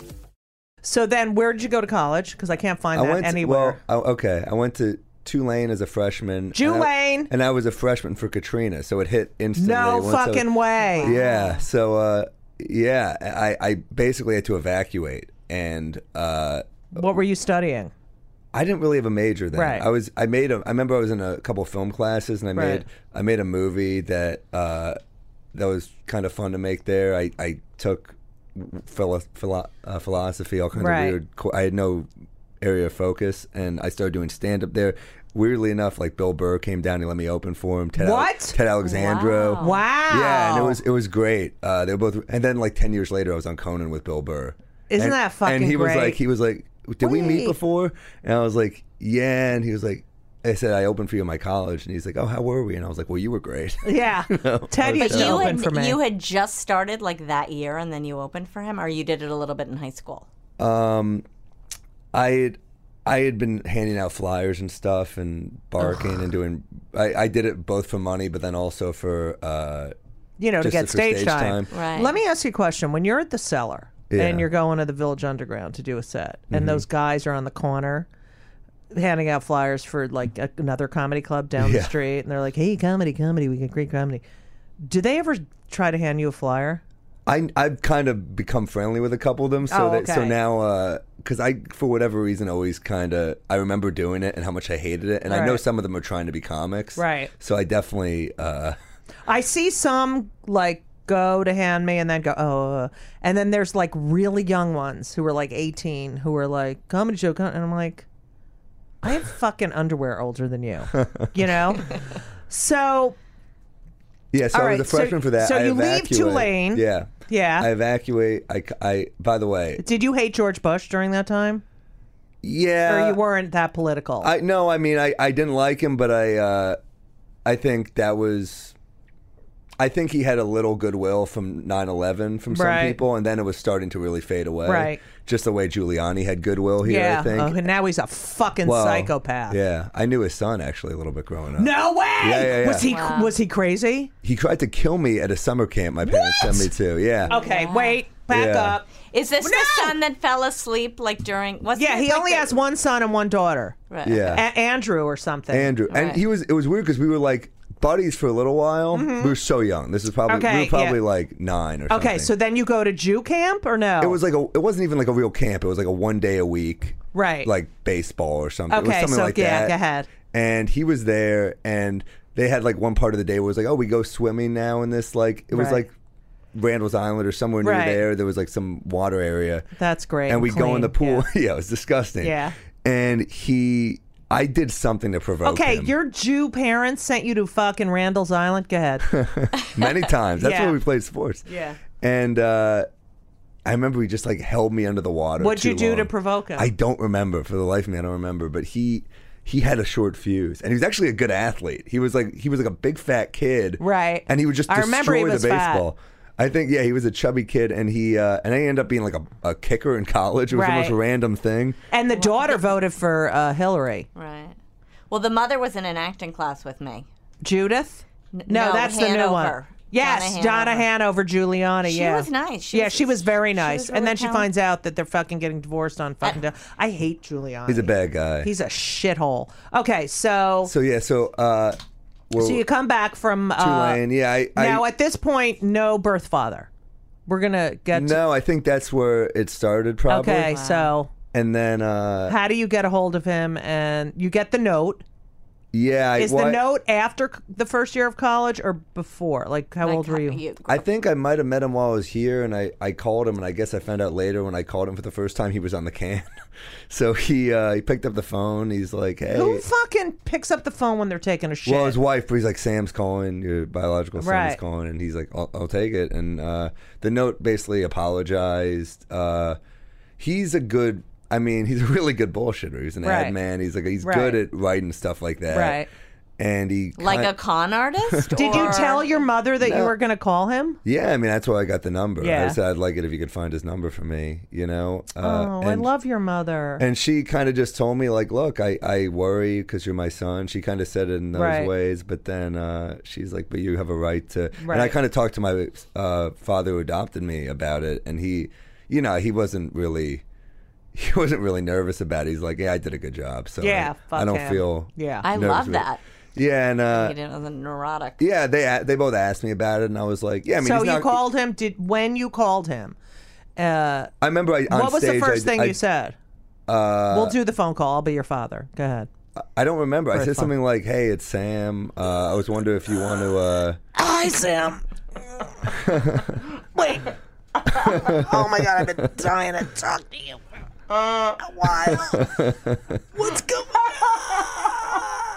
B: so then where did you go to college? Because I can't find
E: I
B: that
E: went to-
B: anywhere.
E: well, I- okay, I went to Tulane as a freshman. and I-
B: Tulane!
E: and I was a freshman for Katrina, so it hit instantly.
B: no
E: once I was-
B: fucking way.
E: Yeah. So uh, yeah, I I basically had to evacuate and. uh
B: What were you studying?
E: I didn't really have a major then.
B: Right.
E: I was I made a I remember I was in a couple film classes and I
B: Right.
E: made I made a movie that uh, that was kind of fun to make there. I I took philo- philo- uh, philosophy all kinds
B: Right.
E: of weird co- I had no area of focus and I started doing stand up there. Weirdly enough, like Bill Burr came down, he let me open for him. Ted Al-
B: What?
E: Ted Alexandro.
C: Wow.
B: Wow.
E: Yeah, and it was it was great. Uh, they were both, and then like ten years later, I was on Conan with Bill Burr.
B: Isn't
E: And-
B: that fucking
E: And he was
B: great?
E: like, he was like, did we meet
B: Wait.
E: before? And I was like, yeah. And he was like, I said I opened for you in my college, and he's like, "Oh, how were we?" And I was like, "Well, you were great."
B: Yeah. Ted
C: But
B: used to
C: you
B: open
C: had,
B: for me.
C: you had just started like that year and then you opened for him, or you did it a little bit in high school?
E: I had I had been handing out flyers and stuff and barking and doing. I, I did it both for money, but then also for uh,
B: you know, to
E: Just
B: get
E: for
B: stage,
E: stage
B: time.
E: time.
C: Right.
B: Let me ask you a question. When you're at the cellar
E: Yeah. Mm-hmm.
B: and you're going to the Village Underground to do a set, and those guys are on the corner handing out flyers for like a, another comedy club down the
E: Yeah.
B: street, and they're like, "Hey, comedy, comedy, we got great comedy." Do they ever try to hand you a flyer?
E: I I've kind of become friendly with a couple of them, so
B: Oh,
E: that so
B: okay.
E: now because I for whatever reason always kind of I remember doing it and how much I hated it, and I know
B: Right.
E: some of them are trying to be comics,
B: Right.
E: So I definitely uh,
B: I see some like go to hand me and then go oh uh," and then there's like really young ones who are like 18 who are like comedy show com-" and I'm like I have fucking underwear older than you you know so
E: yeah. So
B: All
E: I
B: right,
E: was a
B: so-
E: freshman for that.
B: so
E: I
B: you leave
E: evacuate.
B: Tulane.
E: yeah,
B: yeah
E: I evacuate. I, c- I- by the way,
B: did you hate George Bush during that time
E: yeah.
B: or you weren't that political
E: Uh, I no, I mean I, I didn't like him, but I uh, I think that was I think he had a little goodwill from 9/11 from some
B: Right.
E: people, and then it was starting to really fade away.
B: Right.
E: just the way Giuliani had goodwill here.
B: yeah
E: I think.
B: Oh, and now he's a fucking
E: Well,
B: psychopath
E: Yeah, I knew his son actually a little bit growing up.
B: no way
E: yeah, yeah.
B: was he
C: Wow.
B: was he crazy
E: He tried to kill me at a summer camp my parents
B: What?
E: sent me to. Yeah.
B: okay wait back
E: Yeah.
B: up
C: Is this the
B: No!
C: son that fell asleep like during? Wasn't
B: yeah
C: it,
B: he
C: like,
B: only
C: the-
B: has one son and one daughter
C: Right.
E: Yeah.
B: A- Andrew or something.
E: Andrew. And
C: Right.
E: he was it was weird because we were like buddies for a little while. We were so young. This is probably
B: Mm-hmm. Okay,
E: we
B: yeah.
E: were probably like 9 or something.
B: Okay, so then you go to Jew camp or no?
E: It was like a. It wasn't even like a real camp. It was like a one day a week,
B: Right.
E: Like baseball or something. it was
B: Okay,
E: something
B: so,
E: like
B: yeah,
E: that.
B: go ahead.
E: And he was there, and they had like one part of the day where it was like, oh, we go swimming now, and this like it was
B: Right.
E: like Randall's Island or somewhere near
B: Right.
E: there. There was like some water area.
B: That's great
E: And
B: and
E: we go
B: clean,
E: in the pool. Yeah. it was disgusting.
B: Yeah.
E: And he, I did something to provoke.
B: Okay,
E: him.
B: your Jew parents sent you to fucking Randall's Island. Go ahead.
E: many times. That's
B: Yeah.
E: where we played sports.
B: Yeah.
E: And uh, I remember he just like held me under the water.
B: What'd
E: too
B: you do to
E: long.
B: provoke him?
E: I don't remember for the life of me. I don't remember, but he he had a short fuse, and he was actually a good athlete. He was like he was like a big fat kid,
B: Right.
E: And he would just
B: I
E: destroy
B: remember he was
E: the
B: fat.
E: baseball. I think yeah, he was a chubby kid, and he uh, and I ended up being like a, a kicker in college. It was the most
B: Right.
E: random thing.
B: And the daughter voted for uh, Hillary.
C: Right. Well, the mother was in an acting class with me.
B: Judith? No,
C: no,
B: that's the new one.
C: Hanover.
B: Yes,
C: Donna
B: Donna Hanover, Giuliani.
C: She
B: yeah,
C: was nice. She
B: yeah,
C: was-
B: she was very
C: she was
B: nice.
C: really
B: and then she
C: talented.
B: finds out that they're fucking getting divorced on fucking. Del- I hate Giuliani.
E: He's a bad guy.
B: He's a shithole. Okay, so
E: so yeah, so uh, well,
B: So you come back from uh,
E: Tulane. yeah, I,
B: now
E: I
B: at this point, no birth father. We're gonna get to,
E: no, I think that's where it started probably.
B: okay. So
E: and then uh,
B: how do you get a hold of him? And you get the note.
E: yeah, I-
B: Is
E: well,
B: the
E: I-
B: note after c- the first year of college or before? Like how
C: Like,
B: old were you?
E: I think I might have met him while I was here, and I, I called him, and I guess I found out later when I called him for the first time he was on the can. so he uh, he picked up the phone. He's like, hey.
B: Who fucking picks up the phone when they're taking a shit?
E: well, his wife, but he's like, Sam's calling, your biological son's
B: Right.
E: calling, and he's like, I'll, I'll take it. And uh, the note basically apologized. Uh, he's a good, I mean, he's a really good bullshitter. He's an
B: Right.
E: ad man. He's like, he's
B: Right.
E: good at writing stuff like that.
B: Right.
E: And he
C: like
E: kind-
C: a con artist.
B: Did you
C: or-
B: tell your mother that you
E: No.
B: were gonna call him?
E: Yeah, I mean that's why I got the number.
B: Yeah.
E: I said I'd like it if you could find his number for me. You know. Uh,
B: Oh,
E: and,
B: I love your mother.
E: And she kind of just told me like, look, I I worry because you're my son. She kind of said it in those
B: Right.
E: ways, but then uh, she's like, but you have a right to. And I
B: Right.
E: kind of talked to my uh, father who adopted me about it, and he, you know, he wasn't really. He wasn't really nervous about it. He's like, "Yeah, I did a good job." So
B: yeah,
E: I,
B: fuck
E: I don't
B: him.
E: feel.
B: yeah.
C: I
E: nervous
C: love
E: with-
C: that.
E: Yeah, and uh,
C: You know, the neurotic.
E: yeah, they a- they both asked me about it, and I was like, "Yeah, I mean,
B: so
E: he's
B: you
E: not-
B: called him? Did when you called him? Uh,
E: I remember I, on
B: what was the
E: stage,
B: first
E: I-
B: thing
E: I- Uh,
B: you said? we'll do the phone call. I'll be your father. Go ahead.
E: I don't remember. I said
B: fun.
E: something like, "Hey, it's Sam. Uh, I was wondering if you want to." Uh...
B: Hi, Sam. Wait. oh my god, I've been dying to talk to you. Uh, while. What's going on?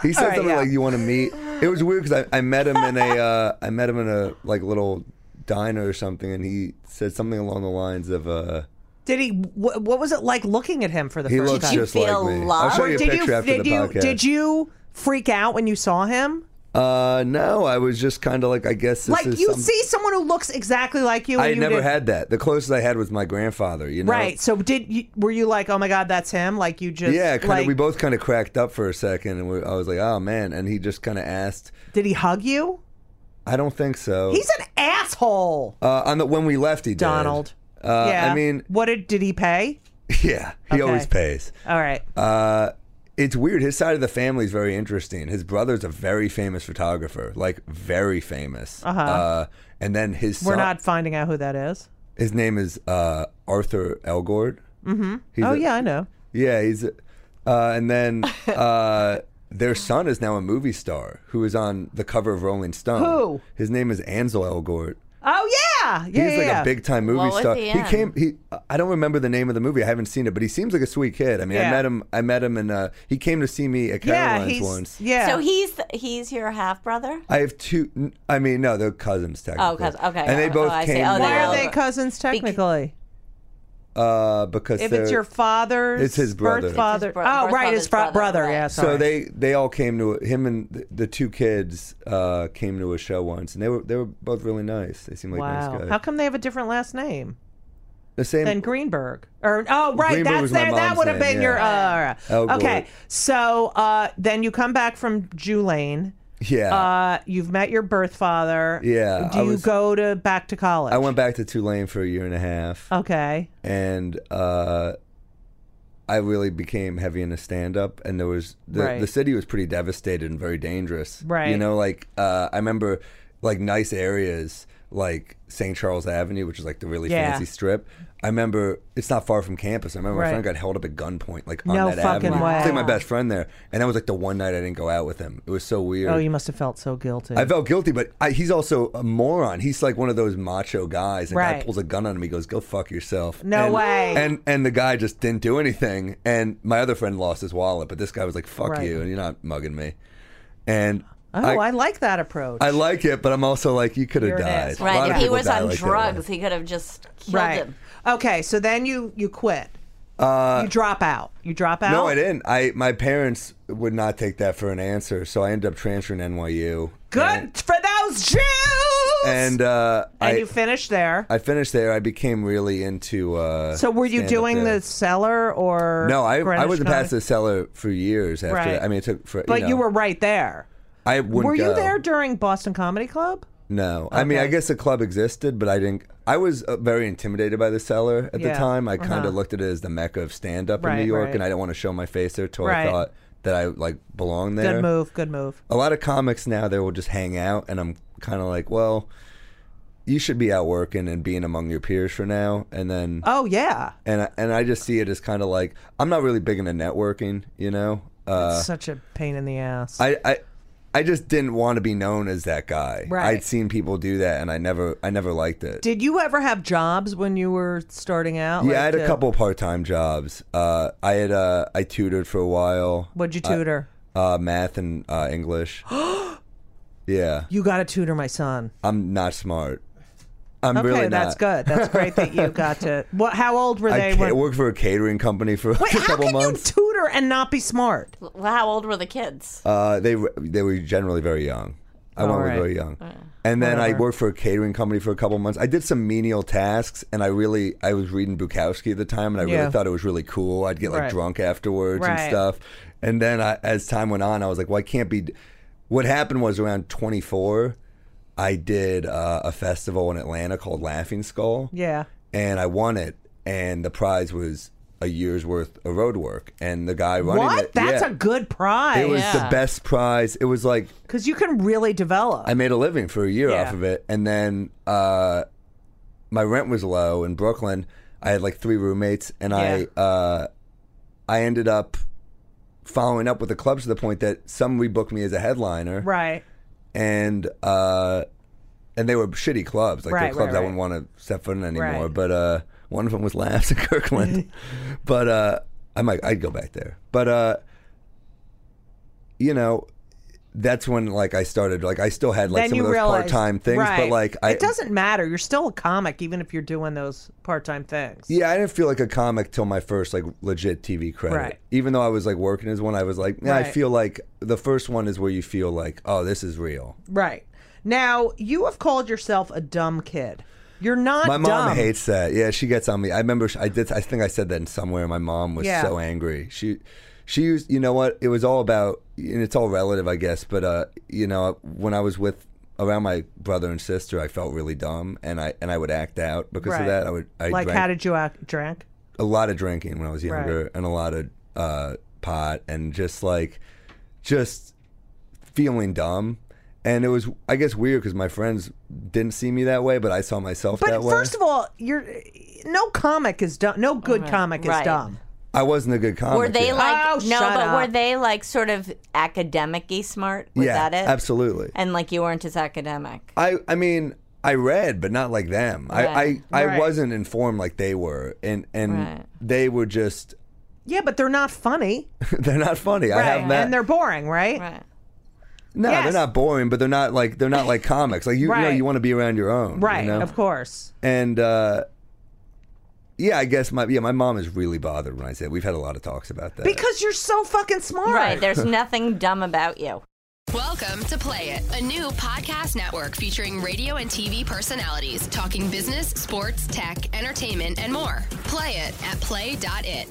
E: He said
B: All right,
E: something
B: yeah.
E: like, "You want to meet?" It was weird because I, I met him in a uh, I met him in a like little diner or something, and he said something along the lines of, uh,
B: Did he? Wh- what was it like looking at him for the
E: "He
B: first
E: looks
B: time?
E: just
C: feel
E: like me." I'll
C: loved?
E: show
C: Or
E: you a
B: did
E: picture
B: you?
E: after
B: Did
E: the
B: you?
E: podcast.
B: Did you freak out when you saw him?
E: Uh, no, I was just kind of like, I guess this
B: Like
E: is
B: you
E: some-
B: see someone who looks exactly like you. And
E: I
B: you
E: never
B: did-
E: had that. The closest I had was my grandfather. You know,
B: Right. So did you, were you like, oh my god, that's him? Like you just
E: Yeah, kind of.
B: like,
E: we both kind of cracked up for a second, and we, I was like, "Oh man!" And he just kind of asked,
B: Did he hug you?
E: "I don't think so."
B: He's an asshole,
E: uh, on the when we left, he did.
B: Donald.
E: Uh,
B: yeah.
E: I mean,
B: what did did he pay?
E: yeah, he always pays.
B: All right.
E: Uh, it's weird. His side of the family is very interesting. His brother's a very famous photographer, like very famous. Uh-huh. and then his
B: We're
E: son,
B: not finding out who that is.
E: his name is uh, Arthur Elgord. Mm-hmm.
B: Oh yeah, I know.
E: Yeah, he's. Uh, and then uh, their son is now a movie star who is on the cover of Rolling Stone.
B: Who?
E: His name is Ansel Elgort.
B: Oh yeah, yeah,
E: He's
B: yeah,
E: like
B: yeah.
E: a big time movie
C: What was
E: star.
C: he in?
E: came. He. I don't remember the name of the movie. I haven't seen it, but he seems like a sweet kid. I mean,
B: Yeah.
E: I met him. I met him, and uh, he came to see me at
B: yeah.
E: Caroline's
B: He's
E: once.
B: yeah.
C: So he's he's your half brother.
E: I have two. n- I mean, no, they're cousins technically.
C: Oh, cousin. Okay.
E: And they
C: Oh,
E: both
C: I see.
E: came.
C: Oh, they
B: Why
E: there,
B: are
C: all-
B: they cousins technically?
E: uh, because
B: If
E: they're-
B: it's your father's,
E: It's his brother.
B: birth father.
C: It's his bro-
B: oh
C: birth
B: right, his
C: father's
B: fr-
C: brother,
B: brother.
C: right.
B: Yeah.
E: So
B: Sorry.
E: they they all came to him and the, the two kids uh, came to a show once, and they were they were both really nice. They seemed like nice
B: Wow.
E: guys.
B: How come they have a different last name?
E: the same.
B: than Greenberg. Or oh right,
E: Greenberg
B: that's
E: was my
B: there. That
E: mom's
B: would have
E: name, Oh,
B: been your uh,
E: Elgort.
B: okay. So uh, then you come back from Tulane.
E: yeah,
B: Uh, you've met your birth father.
E: Yeah,
B: Do
E: I
B: you
E: was-
B: go to back to college?
E: I went back to Tulane for a year and a half,
B: Okay.
E: and uh, I really became heavy into stand up. And there was the,
B: Right.
E: the city was pretty devastated and very dangerous.
B: Right.
E: You know, like uh, I remember like nice areas like St. Charles Avenue, which is like the really
B: Yeah.
E: fancy strip. I remember it's not far from campus. I remember
B: Right.
E: my friend got held up at gunpoint, like on
B: No
E: that
B: fucking
E: avenue.
B: way.
E: It's like my best friend there, and that was like the one night I didn't go out with him. It was so weird.
B: Oh, you must have felt so guilty.
E: I felt guilty, but I, he's also a moron. He's like one of those macho guys. And
B: Right.
E: guy pulls a gun on him. He goes, "Go fuck yourself."
B: No
E: And-
B: way.
E: And and the guy just didn't do anything. And my other friend lost his wallet, but this guy was like, "Fuck
B: Right.
E: you," and you're not mugging me. And
B: oh, I, like that approach.
E: I like it, but I'm also like, you could
B: You're
E: have
B: an
E: died.
B: asshole.
E: A lot
C: Right.
E: of
C: If he
E: people
C: was
E: die
C: on
E: like that, right?
C: drugs, he could have just killed
B: right.
C: him.
B: Okay. So then you you quit. Uh, you drop out. You drop out.
E: No, I didn't. I my parents would not take that for an answer, so I ended up transferring to NYU. And,
B: Good for those Jews.
E: and, uh,
B: And
E: I
B: you finished there.
E: I finished there. I became really into. Uh,
B: so were you
E: stand-up
B: doing
E: there.
B: the cellar or
E: No, I I
B: Greenwich
E: was a
B: Comedy?
E: past the cellar for years after
B: Right.
E: that. I mean, it took for.
B: But
E: know,
B: you were right there.
E: I wouldn't.
B: Were you
E: go.
B: there during Boston Comedy Club?
E: No, I mean, I guess the club existed, but I didn't. I was uh, very intimidated by the cellar at
B: Yeah, Uh-huh.
E: the time. I kind of looked at it as the mecca of stand up
B: Right,
E: in New York,
B: right.
E: and I didn't want to show my face there till
B: Right.
E: I thought that I like belonged there.
B: Good move, good move.
E: A lot of comics now they will just hang out, and I'm kind of like, well, you should be out working and being among your peers for now, and then.
B: Oh yeah,
E: And I, and I just see it as kind of like I'm not really big into networking, you know. Uh,
B: such a pain in the ass.
E: I, I I just didn't want to be known as that guy.
B: Right.
E: I'd seen people do that, and I never I never liked it.
B: Did you ever have jobs when you were starting out?
E: yeah,
B: Like,
E: I had
B: uh,
E: a couple part time jobs. Uh, I had uh, I tutored for a while.
B: What'd you tutor?
E: Uh, math and uh, English. yeah,
B: you got to tutor my son.
E: I'm not smart. I'm
B: Okay,
E: really
B: that's
E: not.
B: good. That's great that you got to. What? How old were
E: I
B: they?
E: ca-
B: when-
E: worked for a catering company for
B: Wait,
E: a
B: how
E: couple
B: can
E: months.
B: you tutor and not be smart?
C: Well, How old were the kids?
E: Uh, they were- they were generally very young. I went
B: Oh, right.
E: with very young, and then I worked for a catering company for a couple months. I did some menial tasks, and I really I was reading Bukowski at the time, and I
B: Yeah.
E: really thought it was really cool. I'd get like
B: Right.
E: drunk afterwards
B: Right.
E: and stuff. And then I, as time went on, I was like, well, I can't be. d-" What happened was around 24, I did uh, a festival in Atlanta called Laughing Skull
B: Yeah.
E: and I won it, and the prize was a year's worth of road work, and the guy running
B: What?
E: it,
B: That's
E: yeah,
B: a good prize
E: It was
C: Yeah.
E: the best prize. It was like
B: because you can really develop.
E: I made a living for a year
B: Yeah.
E: off of it, and then uh, my rent was low in Brooklyn. I had like three roommates, and I uh, I ended up following up with the clubs to the point that some rebooked me as a headliner,
B: right.
E: and uh, and they were shitty clubs, like
B: Right,
E: they're clubs
B: right,
E: I wouldn't want to step foot in anymore.
B: Right.
E: But uh, one of them was Laughs in Kirkland, but uh, I might I'd go back there. But uh, you know, that's when like I started like I still had like
B: then
E: some
B: you
E: of those
B: realize
E: part time things,
B: right.
E: but like I
B: it doesn't matter. You're still a comic, even if you're doing those part-time things.
E: Yeah, I didn't feel like a comic till my first like legit TV credit.
B: Right.
E: Even though I was like working as one, I was like, nah, I
B: Right.
E: feel like the first one is where you feel like, oh, this is real.
B: Right now, you have called yourself a dumb kid. You're not.
E: My mom
B: dumb.
E: hates that. Yeah, she gets on me. I remember sh- I did. I think I said that in somewhere. My mom was
B: Yeah.
E: so angry. She, she used. You know what? It was all about, and it's all relative, I guess. But uh, you know, when I was with around my brother and sister, I felt really dumb, and I and I would act out because
B: Right.
E: of that. I would. I
B: Like,
E: drank
B: how did you act? Drank.
E: a lot of drinking when I was
B: Right.
E: younger and a lot of uh, pot and just like just feeling dumb. And it was, I guess, weird because my friends didn't see me that way, but I saw myself
B: But
E: that way.
B: first of all, you're no comic is dumb. No good comic
C: Right.
B: is dumb.
E: I wasn't a good comic.
C: Were they
E: yet.
C: like
B: Oh,
C: no?
B: shut
C: But were
B: up.
C: they like sort of academic-y smart? Was
E: yeah,
C: that it?
E: absolutely.
C: And like you weren't as academic.
E: I, I mean, I read, but not like them.
C: Right.
E: I, I,
B: Right.
E: I wasn't informed like they were, and and
C: Right.
E: they were just,
B: Yeah, but they're not funny.
E: they're not funny. I have that.
B: and they're boring, right?
C: Right.
E: no,
B: Yes.
E: they're not boring, but they're not like they're not like comics. Like you, you know,
B: Right.
E: you want to be around your own,
B: Right,
E: You know?
B: of course.
E: and uh, yeah, I guess my yeah my mom is really bothered when I say it. we've had a lot of talks about that.
B: Because you're so fucking smart.
C: Right. There's nothing dumb about you.
D: Welcome to Play It, a new podcast network featuring radio and TV personalities talking business, sports, tech, entertainment, and more. Play it at play.it.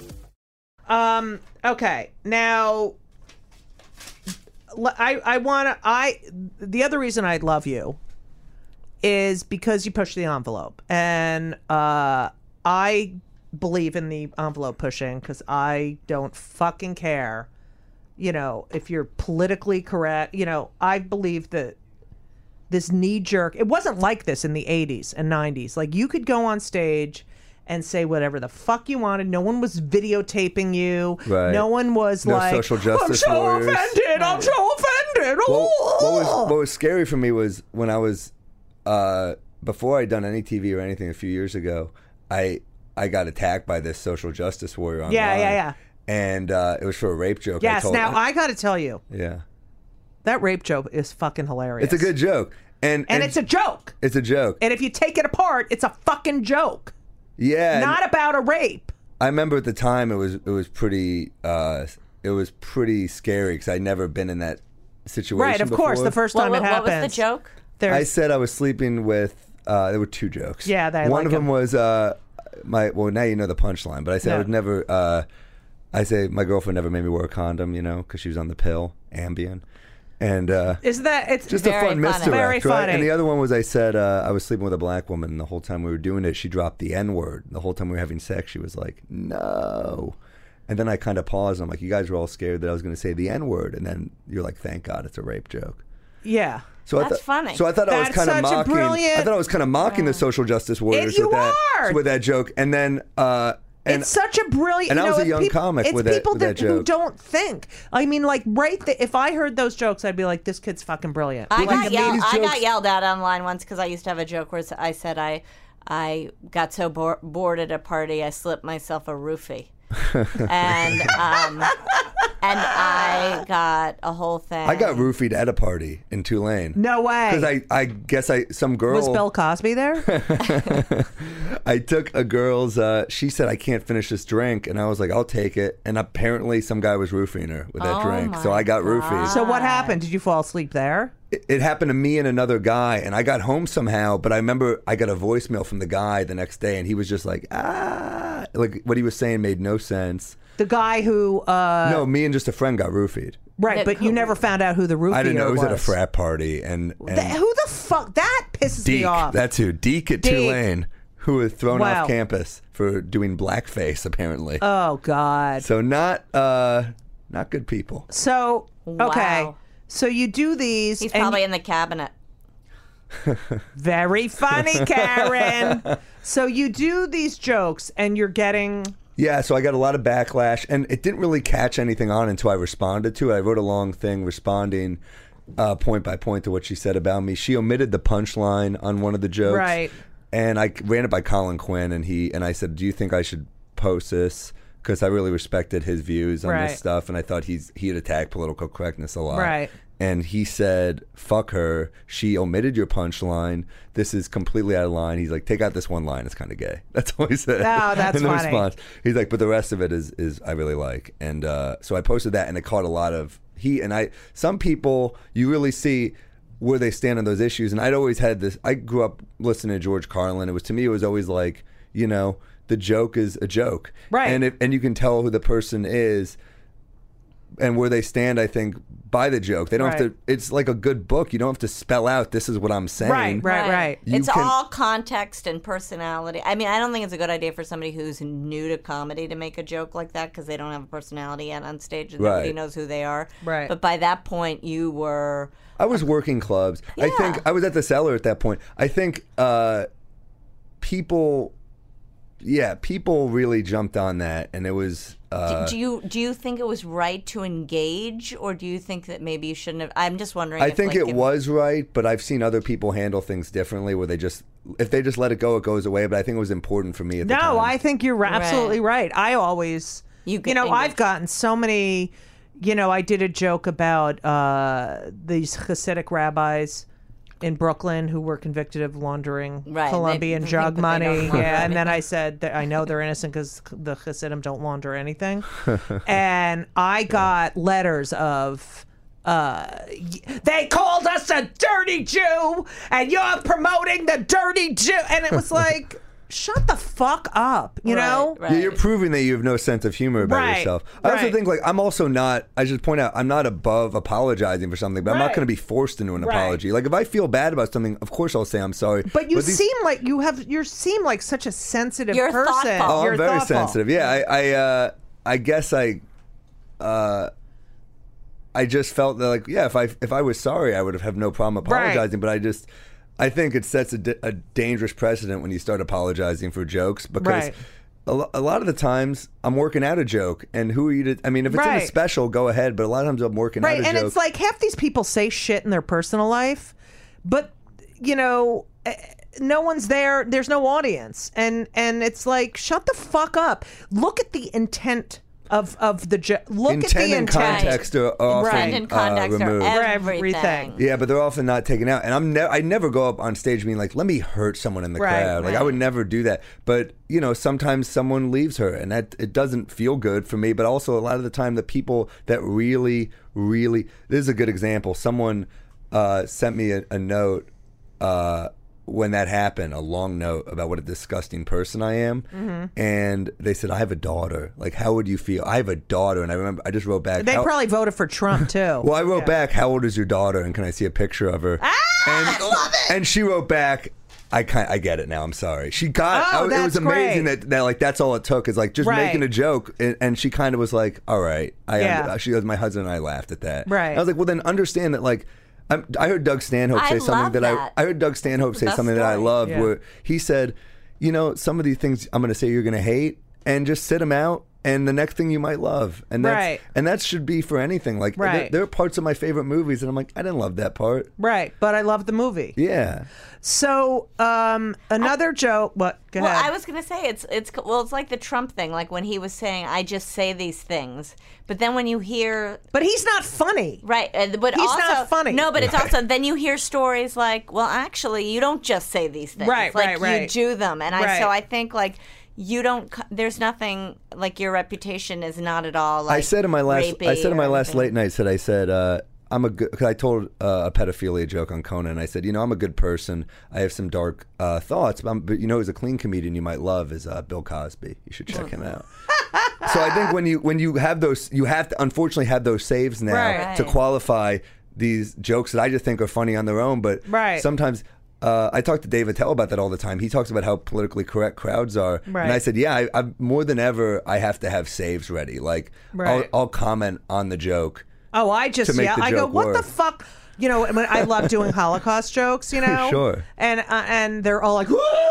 B: Um. Okay. Now, l- I I want to. I the other reason I love you is because you push the envelope, and uh, I believe in the envelope pushing because I don't fucking care. You know, if you're politically correct, you know, I believe that this knee jerk. It wasn't like this in the 80s and 90s. Like you could go on stage and say whatever the fuck you wanted. No one was videotaping you.
E: Right.
B: No one was
E: No
B: like
E: social justice
B: I'm so
E: warriors."
B: offended. I'm so offended.
E: Well,
B: Oh.
E: what was what was scary for me was when I was uh, before I'd done any TV or anything a few years ago, I I got attacked by this social justice warrior online.
B: Yeah, yeah, yeah.
E: And uh, it was for a rape joke. I
B: yes.
E: told
B: Now I got to tell you
E: yeah,
B: that rape joke is fucking hilarious.
E: it's a good joke, and
B: and it's a joke.
E: it's a joke.
B: And if you take it apart, it's a fucking joke.
E: yeah, and-
B: Not about a rape.
E: I remember at the time it was it was pretty uh, it was pretty scary because I'd never been in that situation.
B: Right, of course.
E: before.
B: The first
C: What,
B: time
C: what,
B: it
C: what
B: happens.
C: was the joke?
B: There's,
E: I said I was sleeping with. Uh, there were two jokes.
B: Yeah, they- I
E: one
B: like
E: of them,
B: them.
E: was uh, my. Well, now you know the punchline, but I said I
B: No.
E: would never. Uh, I say my girlfriend never made me wear a condom, you know, because she was on the pill, Ambien, and uh,
B: is that it's
E: just
C: Very
E: a fun
C: funny.
E: misdirect,
B: Very
E: right?
B: funny.
E: And the other one was I said uh, I was sleeping with a black woman, and the whole time we were doing it, she dropped the N word. The whole time we were having sex, she was like, "No," and then I kind of paused. And I'm like, "You guys were all scared that I was going to say the N word," and then you're like, "Thank God, it's a rape joke."
B: yeah.
E: So I
C: That's
E: thought,
C: funny.
E: So I thought I was
B: That's
E: kind
B: such a
E: of mocking.
B: brilliant-
E: I thought I was kind of mocking the social justice warriors
B: you
E: with that
B: are!
E: with that joke, and then uh, and
B: it's such a brilliant.
E: and
B: you
E: I was
B: know,
E: a
B: it's
E: young
B: peop-
E: comic
B: it's
E: with that-
B: people
E: with that
B: who
E: joke.
B: don't think. I mean, like right. Th- if I heard those jokes, I'd be like, "This kid's fucking brilliant."
C: I
E: Like
C: got
E: the
C: yelled.
E: ladies'
C: I got
E: jokes.
C: yelled at online once because I used to have a joke where I said I, I got so bor- bored at a party I slipped myself a roofie, and um, and I got a whole thing.
E: I got roofied at a party in Tulane.
B: no way.
E: because I I guess I some girl
B: was Bill Cosby there?
E: I took a girl's. Uh, she said, "I can't finish this drink," and I was like, "I'll take it." And apparently, some guy was roofing her with that
C: Oh
E: drink, so
C: my
E: I got roofied.
B: so what happened? Did you fall asleep there?
E: It- it happened to me and another guy, and I got home somehow. But I remember I got a voicemail from the guy the next day, and he was just like, "Ah," like what he was saying made no sense.
B: The guy who, uh,
E: no, me and just a friend got roofied.
B: right? But you never found out who the roofier
E: I didn't know it was,
B: was.
E: at a frat party, and, and
B: Th- who the fuck? That pisses me
E: Deke,
B: off.
E: that's who Deke at
B: Deke.
E: Tulane, who was thrown
B: Wow.
E: off campus for doing blackface apparently.
B: oh God.
E: so not uh, not good people.
B: So okay.
C: Wow.
B: So you do these.
C: He's
B: and
C: probably in the cabinet.
B: very funny, Karen. so you do these jokes, and you're getting
E: Yeah, so I got a lot of backlash, and it didn't really catch anything on until I responded to it. I wrote a long thing responding uh, point by point to what she said about me. She omitted the punchline on one of the jokes,
B: Right.
E: And I ran it by Colin Quinn, and he and I said, "Do you think I should post this?" Because I really respected his views on
B: Right.
E: this stuff, and I thought he's he had attacked political correctness a lot,
B: Right.
E: and he said, "Fuck her." She omitted your punchline. This is completely out of line. He's like, "Take out this one line. It's kind of gay." That's all he said.
B: Oh, that's
E: in the
B: funny.
E: response. He's like, "But the rest of it is is I really like." And uh, so I posted that, and it caught a lot of heat. And I some people you really see where they stand on those issues. And I'd always had this. I grew up listening to George Carlin. It was to me, it was always like, you know, the joke is a joke,
B: Right.
E: And if, and you can tell who the person is and where they stand, I think, by the joke. They don't have
B: Right.
E: to. It's like a good book. You don't have to spell out. This is what I'm saying.
B: Right, right.
E: You
C: It's
E: can-
C: all context and personality. I mean, I don't think it's a good idea for somebody who's new to comedy to make a joke like that because they don't have a personality yet on stage and nobody
E: Right.
C: knows who they are.
B: Right.
C: But by that point, you were.
E: I was working clubs. I think I was at the cellar at that point. I think uh, people, yeah, people really jumped on that, and it was. Uh,
C: Do, do you do you think it was right to engage, or do you think that maybe you shouldn't have? I'm just wondering.
E: I
C: if,
E: think
C: like,
E: it was right, but I've seen other people handle things differently where they just if they just let it go, it goes away. But I think it was important for me at the time.
B: No, I think you're absolutely right. I always,
C: You
B: you,
C: get
B: know,
C: angry.
B: I've gotten so many, you know, I did a joke about uh, these Hasidic rabbis in Brooklyn who were convicted of laundering
C: Right, they-
B: Colombian
C: they think
B: drug
C: that they don't
B: money.
C: launder
B: Yeah, and then I said that I know they're innocent because the Hasidim don't launder anything. and I got letters of. Uh, y- they called us a dirty Jew, and you're promoting the dirty Jew, and it was like, shut the fuck up, you know?
C: Right,
E: Yeah,
C: right.
E: you're proving that you have no sense of humor about
B: Right,
E: yourself. I also
B: right.
E: think like I'm also not. I should point out I'm not above apologizing for something, but I'm not
B: Right.
E: going to be forced into an
B: Right.
E: apology. Like if I feel bad about something, of course I'll say I'm sorry.
B: But you
E: these-
B: seem like you have you seem like such a sensitive
C: You're
B: person.
C: thoughtful.
E: Oh, I'm
B: You're
E: very
B: thoughtful.
E: sensitive. Yeah, I I, uh, I guess I, uh, I just felt that like yeah, if I if I was sorry, I would have have no problem
B: Right.
E: apologizing. But I just I think it sets a, d- a dangerous precedent when you start apologizing for jokes because.
B: Right.
E: A, lo- a lot of the times, I'm working out a joke, and who are you to? I mean, if it's in a
B: Right.
E: special, go ahead. But a lot of times, I'm working
B: Right,
E: out a
B: and
E: joke.
B: it's like half these people say shit in their personal life, but you know, eh, no one's there. There's no audience, and and it's like shut the fuck up. Look at the intent of of the jo- look at
E: intent
B: the
E: and
B: intent.
E: context are, are often
B: Intent
C: and
E: uh,
C: context are
E: removed.
C: everything.
B: Everything.
E: Yeah, but they're often not taken out. And I'm ne- I never go up on stage being like, "Let me hurt someone in the
B: Right,
E: crowd." Like I would never do that. But you know, sometimes someone leaves her, and that it doesn't feel good for me. But also, a lot of the time, the people that really, really, this is a good example. Someone uh, sent me a, a note. Uh, when that happened, a long note about what a disgusting person I am,
B: Mm-hmm.
E: and they said, "I have a daughter. Like, how would you feel? I have a daughter." And I remember, I just wrote back.
B: They
E: "How-
B: probably voted for Trump too.
E: well, I wrote back, "How old is your daughter?" and can I see a picture of her? Ah, and, I love it. And she wrote back, "I kind, I get it now. I'm sorry." She got.
B: Oh,
E: I- it was
B: that's
E: amazing
B: great.
E: that, that like that's all it took is like just
B: Right.
E: making a joke, and, and she kind of was like, "All right." I
B: Yeah.
E: she goes, "My husband and I laughed at that."
B: Right.
E: I was like, "Well, then understand that like." I'm, I heard Doug Stanhope
C: I
E: say
C: love
E: something that,
C: that.
E: I I heard Doug Stanhope say
C: That
E: something that I
C: story.
E: loved
B: Yeah.
E: where he said, you know, some of these things I'm going to say you're going to hate and just sit them out and the next thing you might love. And that's
B: Right.
E: and that should be for anything. Like there-
B: Right.
E: there are parts of my favorite movies and I'm like, I didn't love that part.
B: right, but I love the movie.
E: Yeah.
B: So um, another joke. What? Go
C: Well,
B: ahead.
C: I was gonna say it's it's well, it's like the Trump thing, like when he was saying, "I just say these things," but then when you hear
B: but he's not funny.
C: Right, uh, but
B: He's
C: also
B: not funny.
C: No, but it's also then you hear stories like, well, actually, you don't just say these things.
B: Right,
C: like,
B: right, right.
C: You do them, and I
B: Right.
C: so I think like you don't. c- There's nothing like your reputation is not at all. Like,
E: I said in my last
C: rapey
E: I said in my
C: or
E: last
C: anything.
E: late night said I said uh I'm a good. Cause I told uh, a pedophilia joke on Conan. I said, you know, I'm a good person. I have some dark uh, thoughts, but, I'm, but you know, who's a clean comedian you might love is uh, Bill Cosby. You should check him out. so I think when you when you have those, you have to unfortunately have those saves now
B: Right.
E: to qualify these jokes that I just think are funny on their own. But
B: Right.
E: sometimes uh, I talk to Dave Attell about that all the time. He talks about how politically correct crowds are,
B: Right.
E: and I said, yeah, I, I more than ever I have to have saves ready. Like
B: Right.
E: I'll, I'll comment on the joke.
B: Oh, I just
E: to make
B: yeah.
E: the
B: I go,
E: joke
B: what the
E: work."
B: fuck? You know, when I love doing Holocaust jokes. You know,
E: Sure.
B: And uh, and they're all like,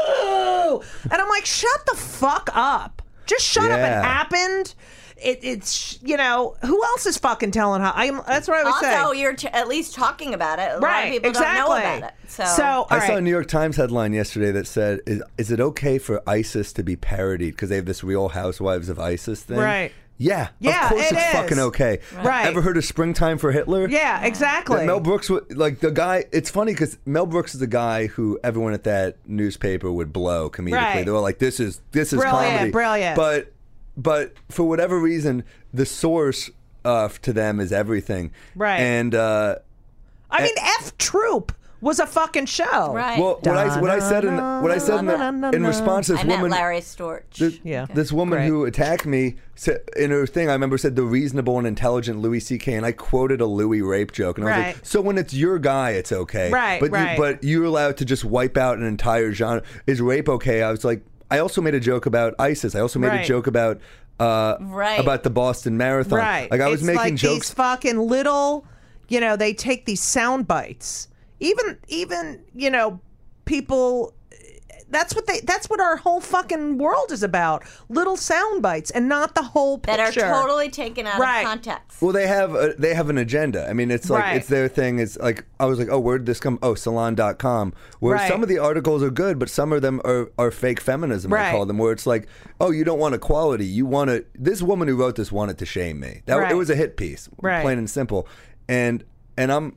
B: woo, and I'm like, shut the fuck up. Just shut up.
E: Yeah.
B: It happened. It, it's you know who else is fucking telling how? I'm. That's what I always say.
C: Also, you're t- at least talking about it. A lot of
B: right.
C: people
B: exactly.
C: don't know about it. So,
B: all
E: I saw a
B: right.
E: New York Times headline yesterday that said, "Is, is it okay for ISIS to be parodied because they have this Real Housewives of ISIS thing?"
B: Right.
E: Yeah,
B: Yeah,
E: of course
B: it
E: it's
B: is.
E: fucking okay.
B: Right.
E: Ever heard of Springtime for Hitler?
B: Yeah, exactly.
E: That Mel Brooks, wa- like the guy, it's funny because Mel Brooks is the guy who everyone at that newspaper would blow comedically.
B: Right.
E: They were like, "This is this is
B: Brilliant,
E: comedy,
B: brilliant.
E: But but for whatever reason, the source uh, to them is everything,
B: Right.
E: And uh,
B: I mean,
E: eh.
B: F Troop was a fucking show.
C: Right.
E: well, what I what I said in what I said in, the, in response to this
C: I met
E: woman,
C: Larry Storch.
E: Th-
B: Yeah.
E: This woman
B: Great.
E: who attacked me sa in her thing, I remember said the reasonable and intelligent Louis C.K. and I quoted a Louis rape joke, and I was
B: Right.
E: like, so when it's your guy, it's okay,
B: Right,
E: But
B: right.
E: You, but you're allowed to just wipe out an entire genre. Is rape okay? I was like, I also made a joke about ISIS. I also made
B: Right.
E: a joke about uh,
C: Right.
E: about the Boston Marathon.
B: Right.
E: Like I was
B: It's
E: making
B: like
E: jokes.
B: These fucking little, you know, they take these sound bites. Even even you know, people. That's what they. That's what our whole fucking world is about. Little sound bites, and not the whole
C: that are
B: picture.
C: totally taken out
B: Right.
C: of context.
E: Well, they have a, they have an agenda. I mean, it's like
B: Right.
E: it's their thing. It's like I was like, oh, where did this come? Oh, Salon.com. Where
B: Right.
E: some of the articles are good, but some of them are, are fake feminism.
B: Right.
E: I call them where it's like, oh, you don't want equality. You want to. This woman who wrote this wanted to shame me. That
B: Right.
E: it was a hit piece,
B: Right.
E: plain and simple. And and I'm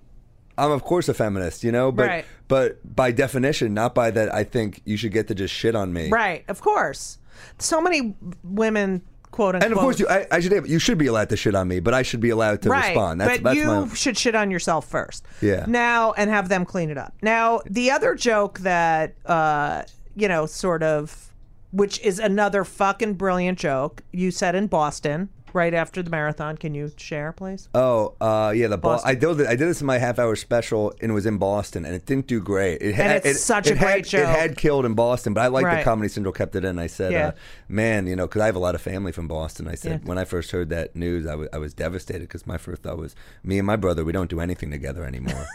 E: I'm of course a feminist, you know, but
B: Right.
E: but by definition, not by that. I think you should get to just shit on me.
B: Right. Of course. So many women quote unquote.
E: And of course, you, I, I should have, you should be allowed to shit on me, but I should be allowed to
B: right.
E: respond. That's,
B: but
E: that's
B: you
E: my,
B: should shit on yourself first.
E: Yeah.
B: Now and have them clean it up. Now the other joke that uh, you know, sort of, which is another fucking brilliant joke you said in Boston right after the marathon. Can you share, please?
E: Oh, uh, yeah, the Boston.
B: Boston.
E: I did I did this in my half hour special and it was in Boston and it didn't do great. It had,
B: it's
E: it-
B: such
E: it
B: a
E: had-
B: great joke.
E: It had killed in Boston, but I like
B: Right.
E: that Comedy Central kept it in. I said,
B: Yeah.
E: uh, man, you know, because I have a lot of family from Boston. I said when I first heard that news, I wa- I was devastated because my first thought was, me and my brother, we don't do anything together anymore.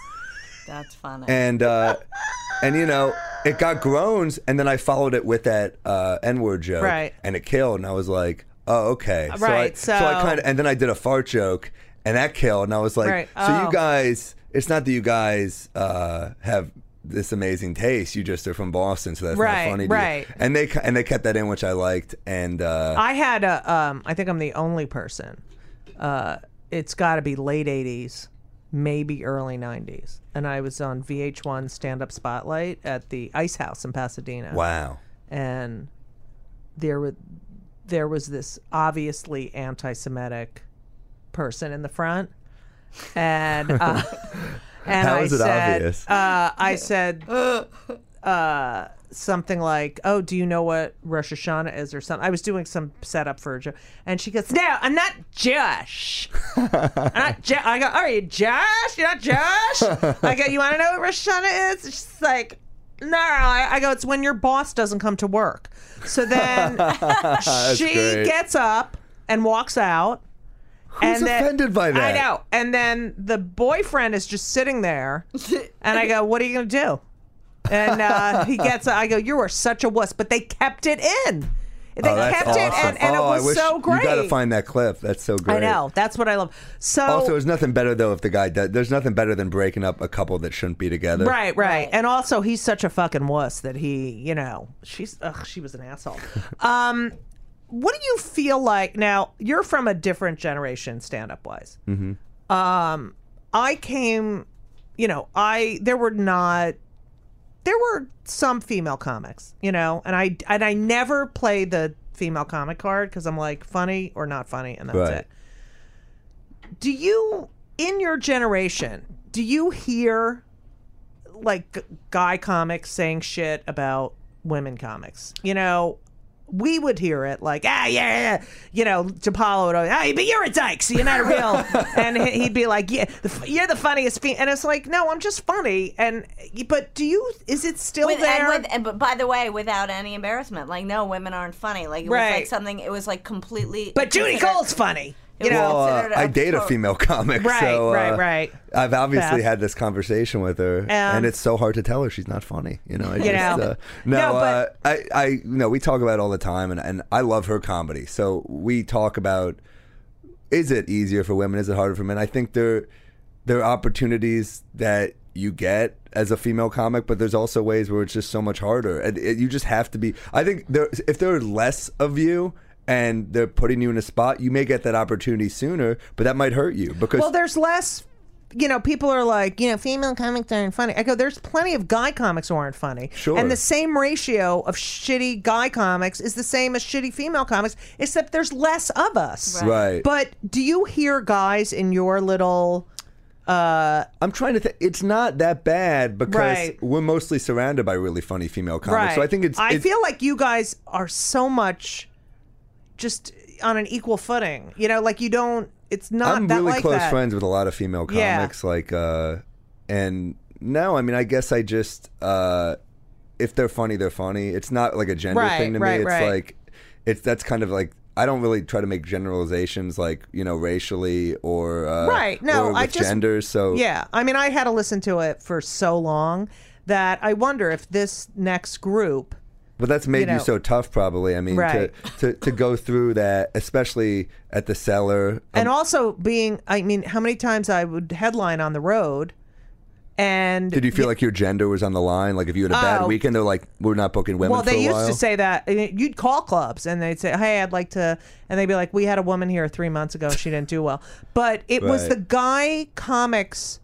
C: That's funny.
E: and uh, and you know, it got groans, and then I followed it with that uh, N word joke,
B: Right.
E: And it killed, and I was like, oh okay, so
B: Right,
E: I, I
B: so-
E: kind of, and then I did a fart joke, and that killed, and I was like,
B: Right,
E: so
B: oh.
E: you guys, it's not that you guys uh, have this amazing taste, you just are from Boston, so that's
B: Right,
E: not funny, to you.
B: right.
E: And they ca- and they kept that in, which I liked, and uh,
B: I had a. Um, I think I'm the only person. Uh, it's got to be late '80s, maybe early '90s, and I was on VH1 Stand Up Spotlight at the Ice House in Pasadena.
E: wow,
B: and there were there was this obviously anti-Semitic person in the front, and uh, and
E: How
B: I
E: is it
B: said
E: obvious?
B: Uh, I said uh, something like, "Oh, do you know what Rosh Hashanah is?" or something. I was doing some setup for a joke, and she goes, "No, I'm not Josh." I'm not Ju- I go, "Are you Josh? You're not Josh?" I go, "You want to know what Rosh Hashanah is?" And she's like. No, I, I go. It's when your boss doesn't come to work. So then she
E: great.
B: gets up and walks out.
E: who's
B: and then-
E: offended by
B: I
E: that?
B: know. And then the boyfriend is just sitting there, and I go, "What are you gonna do?" And uh, he gets. I go, "You are such a wuss," but they kept it in. They
E: Oh, that's
B: kept
E: awesome.
B: it, and, and
E: oh,
B: it
E: I
B: was
E: wish
B: so great.
E: You got to find that clip. That's so great.
B: I know. That's what I love. So
E: Also, there's nothing better though if the guy does. There's nothing better than breaking up a couple that shouldn't be together.
B: Right, right, and also he's such a fucking wuss that he, you know, she's ugh, she was an asshole. um, what do you feel like now? You're from a different generation, stand up wise. Mm-hmm. Um, I came, you know, I there were not there were some female comics, you know, and I and I never play the female comic card because I'm like funny or not funny, and that's
E: Right.
B: it. Do you in your generation? Do you hear like g- guy comics saying shit about women comics? You know, we would hear it like, ah, yeah, yeah. you know, DePaulo would, always, ah, but you're a dyke, so you're not a real. and he- he'd be like, yeah, the, f- you're the funniest. Fe-. And it's like, no, I'm just funny. And but do you? Is it still
C: with,
B: there?
C: and with and but by the way, without any embarrassment, like no, women aren't funny. Like it was
B: Right.
C: like something. It was like completely.
B: but Judy
C: considered-
B: Cole's funny.
C: it
B: You
C: was
B: know,
E: Well, uh,
C: considered
E: I date a
C: pro-
E: female comic,
B: Right,
E: so uh,
B: right, right.
E: I've obviously
B: Beth.
E: had this conversation with her, and it's so hard to tell her she's not funny. You know, I just,
B: know.
E: Uh, no,
B: No,
E: uh, I, I, you know, we talk about it all the time, and, and I love her comedy. So we talk about is it easier for women? Is it harder for men? I think there there are opportunities that you get as a female comic, but there's also ways where it's just so much harder. And it- you just have to be. I think there, if there are less of you. and they're putting you in a spot, you may get that opportunity sooner, but that might hurt you because
B: Well, there's less. You know, people are like, you know, female comics aren't funny. I go, there's plenty of guy comics who aren't funny.
E: Sure.
B: And the same ratio of shitty guy comics is the same as shitty female comics, except there's less of us.
E: Right.
B: But do you hear guys in your little?
E: I'm trying to think. It's not that bad because
B: Right.
E: we're mostly surrounded by really funny female comics. So I think it's.
B: I
E: it's-
B: feel like you guys are so much, just on an equal footing. You know, like you don't. It's not
E: I'm
B: that
E: really
B: like
E: close
B: that.
E: friends with a lot of female
B: Yeah.
E: comics. Like, uh, and no, I mean, I guess I just uh, if they're funny, they're funny. It's not like a gender
B: Right,
E: thing to
B: right,
E: me. It's
B: right.
E: like it's that's kind of like. I don't really try to make generalizations like you know racially or uh,
B: Right, no,
E: or
B: I
E: with
B: just-
E: genders. So
B: Yeah, I mean, I had to listen to it for so long that I wonder if this next group.
E: But that's made you,
B: know.
E: so tough, probably. I mean,
B: Right.
E: to, to to go through that, especially at the cellar.
B: And also being, I mean, how many times I would headline on the road, and
E: Did you feel like your gender was on the line? Like if you had a bad
B: Oh.
E: weekend, they're like, "We're not booking women."
B: well,
E: for a
B: they used
E: while.
B: to say that I mean, you'd call clubs and they'd say, "Hey, I'd like to," and they'd be like, "We had a woman here three months ago. and She didn't do well." But it was
E: Right.
B: the guy comics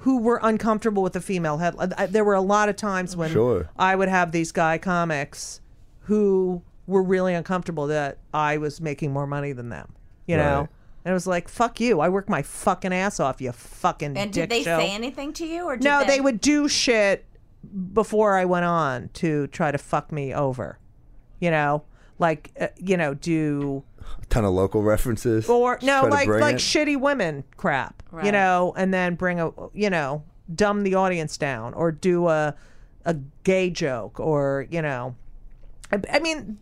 B: who were uncomfortable with the female headline. I- There were a lot of times when
E: Sure.
B: I would have these guy comics who were really uncomfortable that I was making more money than them. You know.
E: Right.
B: And it was like, fuck you. I work my fucking ass off, you fucking
C: And
B: dick
C: did they
B: show.
C: say anything to you, or did
B: No, they would do shit before I went on to try to fuck me over. You know, like uh, you know, do
E: ton of local references.
B: or
E: Just
B: no,
E: try to
B: like
E: bring
B: like
E: it.
B: shitty women crap. You
C: Right.
B: know, and then bring a you know dumb the audience down or do a a gay joke or you know, I, I mean,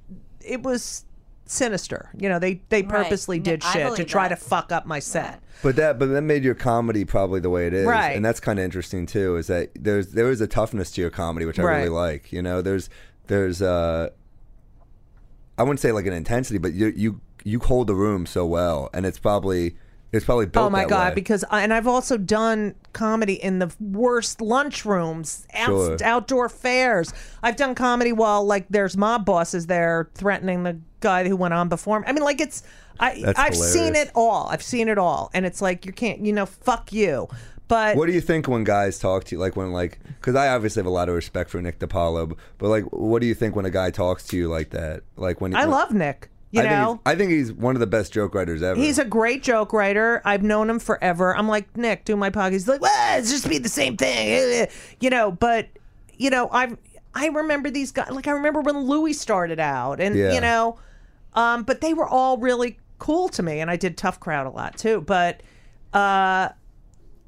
B: it was sinister. You know, they they purposely
C: No,
B: did
C: I
B: shit to
C: believe
B: try
C: that.
B: to fuck up my set.
E: But that, but that made your comedy probably the way it is,
B: Right.
E: And that's kind of interesting too. Is that there's there is a toughness to your comedy, which I
B: Right.
E: really like. You know, there's there's uh, I wouldn't say like an intensity, but you you you hold the room so well, and it's probably it's probably built.
B: Oh my
E: that
B: god!
E: way.
B: Because I, and I've also done comedy in the worst lunchrooms, out,
E: Sure.
B: outdoor fairs. I've done comedy while like there's mob bosses there threatening the guy who went on before me. I mean, like it's I
E: That's
B: I've
E: hilarious.
B: seen it all. I've seen it all, and it's like you can't you know fuck you. But
E: What do you think when guys talk to you? Like when like, because I obviously have a lot of respect for Nick DiPaolo, but like, what do you think when a guy talks to you like that? Like when
B: I
E: when-
B: love Nick. You
E: I
B: know.
E: think he's, I think he's one of the best joke writers ever.
B: He's a great joke writer. I've known him forever. I'm like, Nick, do my podcast. He's like, well, it's just be the same thing. You know, but, you know, I've, I remember these guys. Like, I remember when Louis started out and,
E: Yeah.
B: you know, um, but they were all really cool to me. And I did Tough Crowd a lot too. But, uh,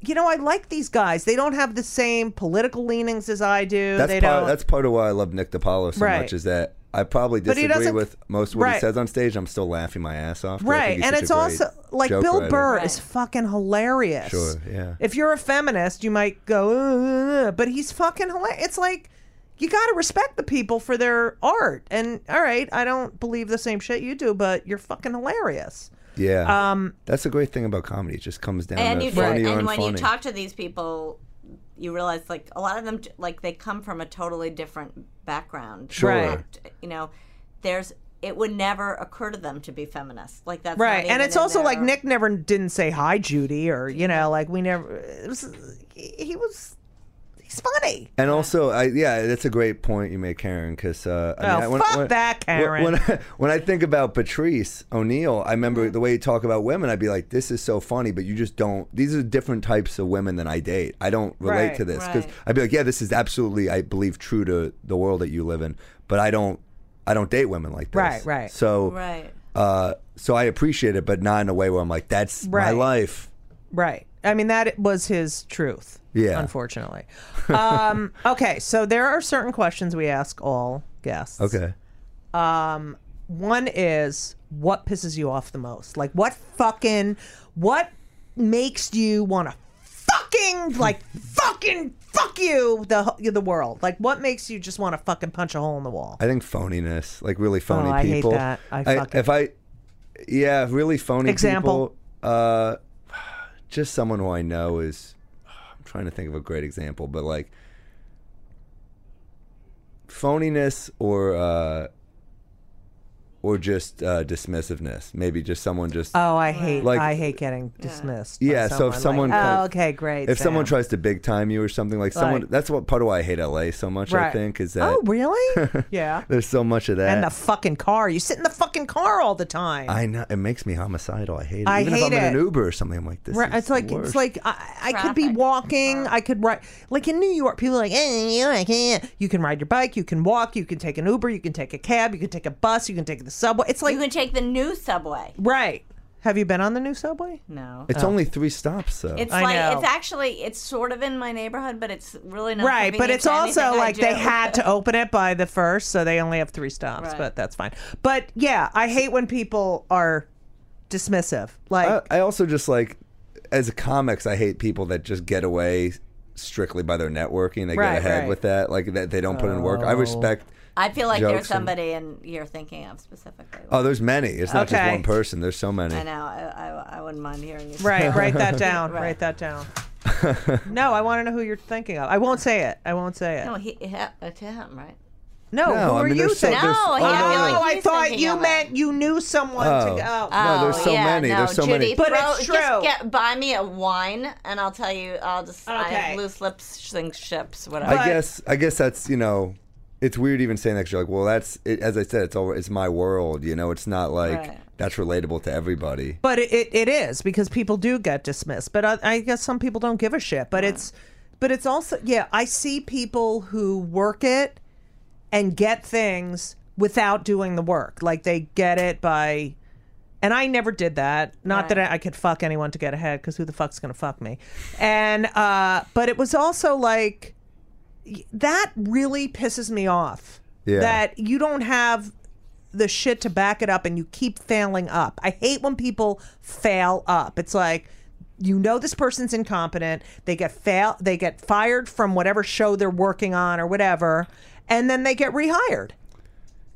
B: you know, I like these guys. They don't have the same political leanings as I do.
E: that's
B: they
E: part,
B: don't.
E: that's part of why I love Nick DiPaolo so
B: Right.
E: much is that I probably
B: he
E: disagree
B: doesn't-
E: with most of what
B: Right.
E: he says on stage. I'm still laughing my ass off. 'cause I think
B: Right,
E: he's
B: and
E: such a
B: it's
E: great
B: also like
E: joke
B: Bill
E: writer.
B: Burr is fucking hilarious.
E: Sure, yeah.
B: If you're a feminist, you might go, "Ugh," but he's fucking hilarious. It's like you got to respect the people for their art. And all right, I don't believe the same shit you do, but you're fucking hilarious.
E: Yeah, um, that's the great thing about comedy. It just comes down
C: And
E: to
C: you
E: funny or
C: and when you
E: unfunny.
C: talk to these people, you realize like a lot of them like they come from a totally different background.
E: Sure.
B: Right.
C: You know, there's it would never occur to them to be feminist. Like that's not
B: Right,
C: even
B: and it's
C: in
B: also like
C: their-
B: Nick never didn't say hi, Judy, or you know, like we never. It was, he, he was, he's funny.
E: And also, I yeah, that's a great point you make, Karen. Because uh, I
B: Oh,
E: mean, I- when,
B: fuck
E: when-
B: that,
E: when-
B: Karen. Mm-hmm.
E: When, I, when I think about Patrice O'Neill, I remember the way you talk about women. I'd be like, "This is so funny," but you just don't. These are different types of women than I date. I don't relate
B: Right,
E: to this because
C: right.
E: I'd be like, "Yeah, this is absolutely, I believe, true to the world that you live in," but I don't. I don't date women like this.
B: Right, right.
E: So,
C: Right.
E: uh, so I appreciate it, but not in a way where I'm like, "That's my
B: Right.
E: life."
B: Right. I mean, that was his truth.
E: Yeah.
B: Unfortunately. um, okay. So there are certain questions we ask all guests.
E: Okay.
B: One is what pisses you off the most? Like, what fucking, what makes you want to fucking, like, fucking, fuck you, the, the world? Like, what makes you just want to fucking punch a hole in the wall?
E: I think phoniness, like really phony
B: Oh, I hate
E: people.
B: that. I fuck it.
E: if I, yeah, really phony
B: Example.
E: people. Uh, just someone who I know is. I'm trying to think of a great example, but like phoniness or uh, or just uh, dismissiveness. Maybe just someone just
B: Oh, I hate
E: Like-
B: I hate getting dismissed. by
E: Yeah, so if someone
B: like,
E: co-
B: oh, okay, great.
E: if someone
B: Sam."
E: tries to big time you or something like someone
B: Right.
E: that's what part of why I hate LA so much I
B: Right.
E: think is that
B: oh, really? yeah.
E: there's so much of that.
B: And the fucking car. You sit in the fucking car all the time.
E: I know it makes me homicidal. I hate it.
B: I
E: Even if I'm
B: hate
E: in an
B: it.
E: Uber or something, I'm like this.
B: Right,
E: is
B: it's like
E: the worst.
B: it's like I, I could be
C: Traffic.
B: walking. I could ride like in New York. People are like eh, New York, eh." you can ride your bike, you can walk, you can take an Uber, you can take a cab, you can take a bus, you can take the subway. It's like
C: You can take the new subway.
B: right. Have you been on the new subway?
C: No.
B: uh,
E: it's only three stops though.
C: It's
B: I
C: like
B: know.
C: it's actually it's sort of in my neighborhood, but it's really not
B: right, but
C: convenient
B: it's
C: to
B: also
C: anything I
B: like they
C: do.
B: had to open it by the first, so they only have three stops.
C: Right.
B: But that's fine. But yeah, I hate when people are dismissive. Like
E: I, I also just like as a comics, I hate people that just get away strictly by their networking. They
B: Right,
E: get ahead
B: right. Oh.
E: with that, like that they don't put in work. I respect.
C: I feel like
E: jokes
C: there's
E: and-
C: somebody in you're thinking of specifically.
E: Oh, there's many. It's not just
B: Okay.
E: one person. There's so many.
C: I know. I, I, I wouldn't mind hearing you. say
B: right,
C: that.
B: write that down.
C: Right.
B: Write that down. no, I want to know who you're thinking of. I won't say it. I won't say it.
C: No, he, he, uh, to him, right?
B: No,
E: No,
B: who
E: I
B: are
E: mean,
B: you
E: there's so-
B: thinking?
E: there's-
C: No,
E: oh,
C: yeah, I feel
E: no,
C: like
B: Oh, I
C: he's
B: thought
C: thinking
B: you
C: of it.
B: meant you knew someone
E: Oh.
B: to go.
E: No, there's
C: Oh,
E: so
C: yeah,
E: many.
C: No,
E: There's so
C: Judy,
E: many.
B: But
C: throw-
B: it's true.
C: Just get, buy me a wine, and I'll tell you. I'll just I have
B: Okay.
C: loose lips, sink ships, whatever.
E: I
B: But-
E: guess. I guess that's you know. It's weird even saying that 'cause you're like, well, that's it, as I said, it's all it's my world. You know, it's not like
C: Right.
E: that's relatable to everybody.
B: But it, it, it is because people do get dismissed. But I, I guess some people don't give a shit. But it's but it's also yeah. I see people who work it and get things without doing the work. Like they get it by. And I never did that. Not that I, I could fuck anyone to get ahead, because who the fuck's gonna fuck me? And uh, but it was also like y- that really pisses me off.
E: Yeah.
B: That you don't have the shit to back it up and you keep failing up. I hate when people fail up. It's like you know this person's incompetent. They get fail they get fired from whatever show they're working on or whatever and then they get rehired.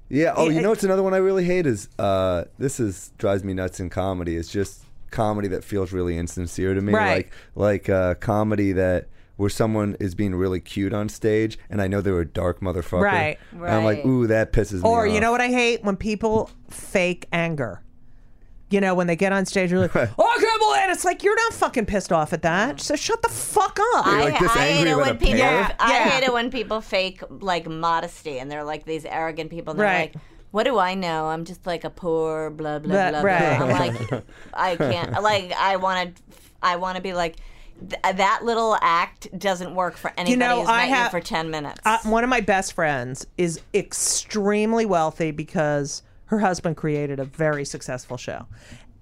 E: Yeah. Oh, you
B: it-
E: know, it's another one I really hate is uh, this is drives me nuts in comedy. It's just comedy that feels really insincere to me.
B: Right.
E: Like like uh, comedy that where someone is being really cute on stage, and I know they're a dark motherfucker.
B: Right.
E: And I'm like,
C: Right.
E: ooh, that pisses me off.
B: Or you know what I hate when people fake anger. You know when they get on stage, you're like, "Oh, I can't believe it!" It's like you're not fucking pissed off at that. So shut the fuck up.
C: I,
E: like this
C: I
E: angry
C: hate it
E: with
C: when
E: a
C: people.
E: pear?
C: I
B: Yeah.
C: hate it when people fake like modesty, and they're like these arrogant people. And they're
B: Right.
C: like, "What do I know? I'm just like a poor blah blah
B: That-
C: blah."
B: right.
C: blah. I'm like, I can't. Like, I want to. I want to be like. Th- that little act doesn't work for anybody
B: know,
C: who's
B: I
C: met
B: have-
C: you for ten minutes.
B: uh, one of my best friends is extremely wealthy because her husband created a very successful show.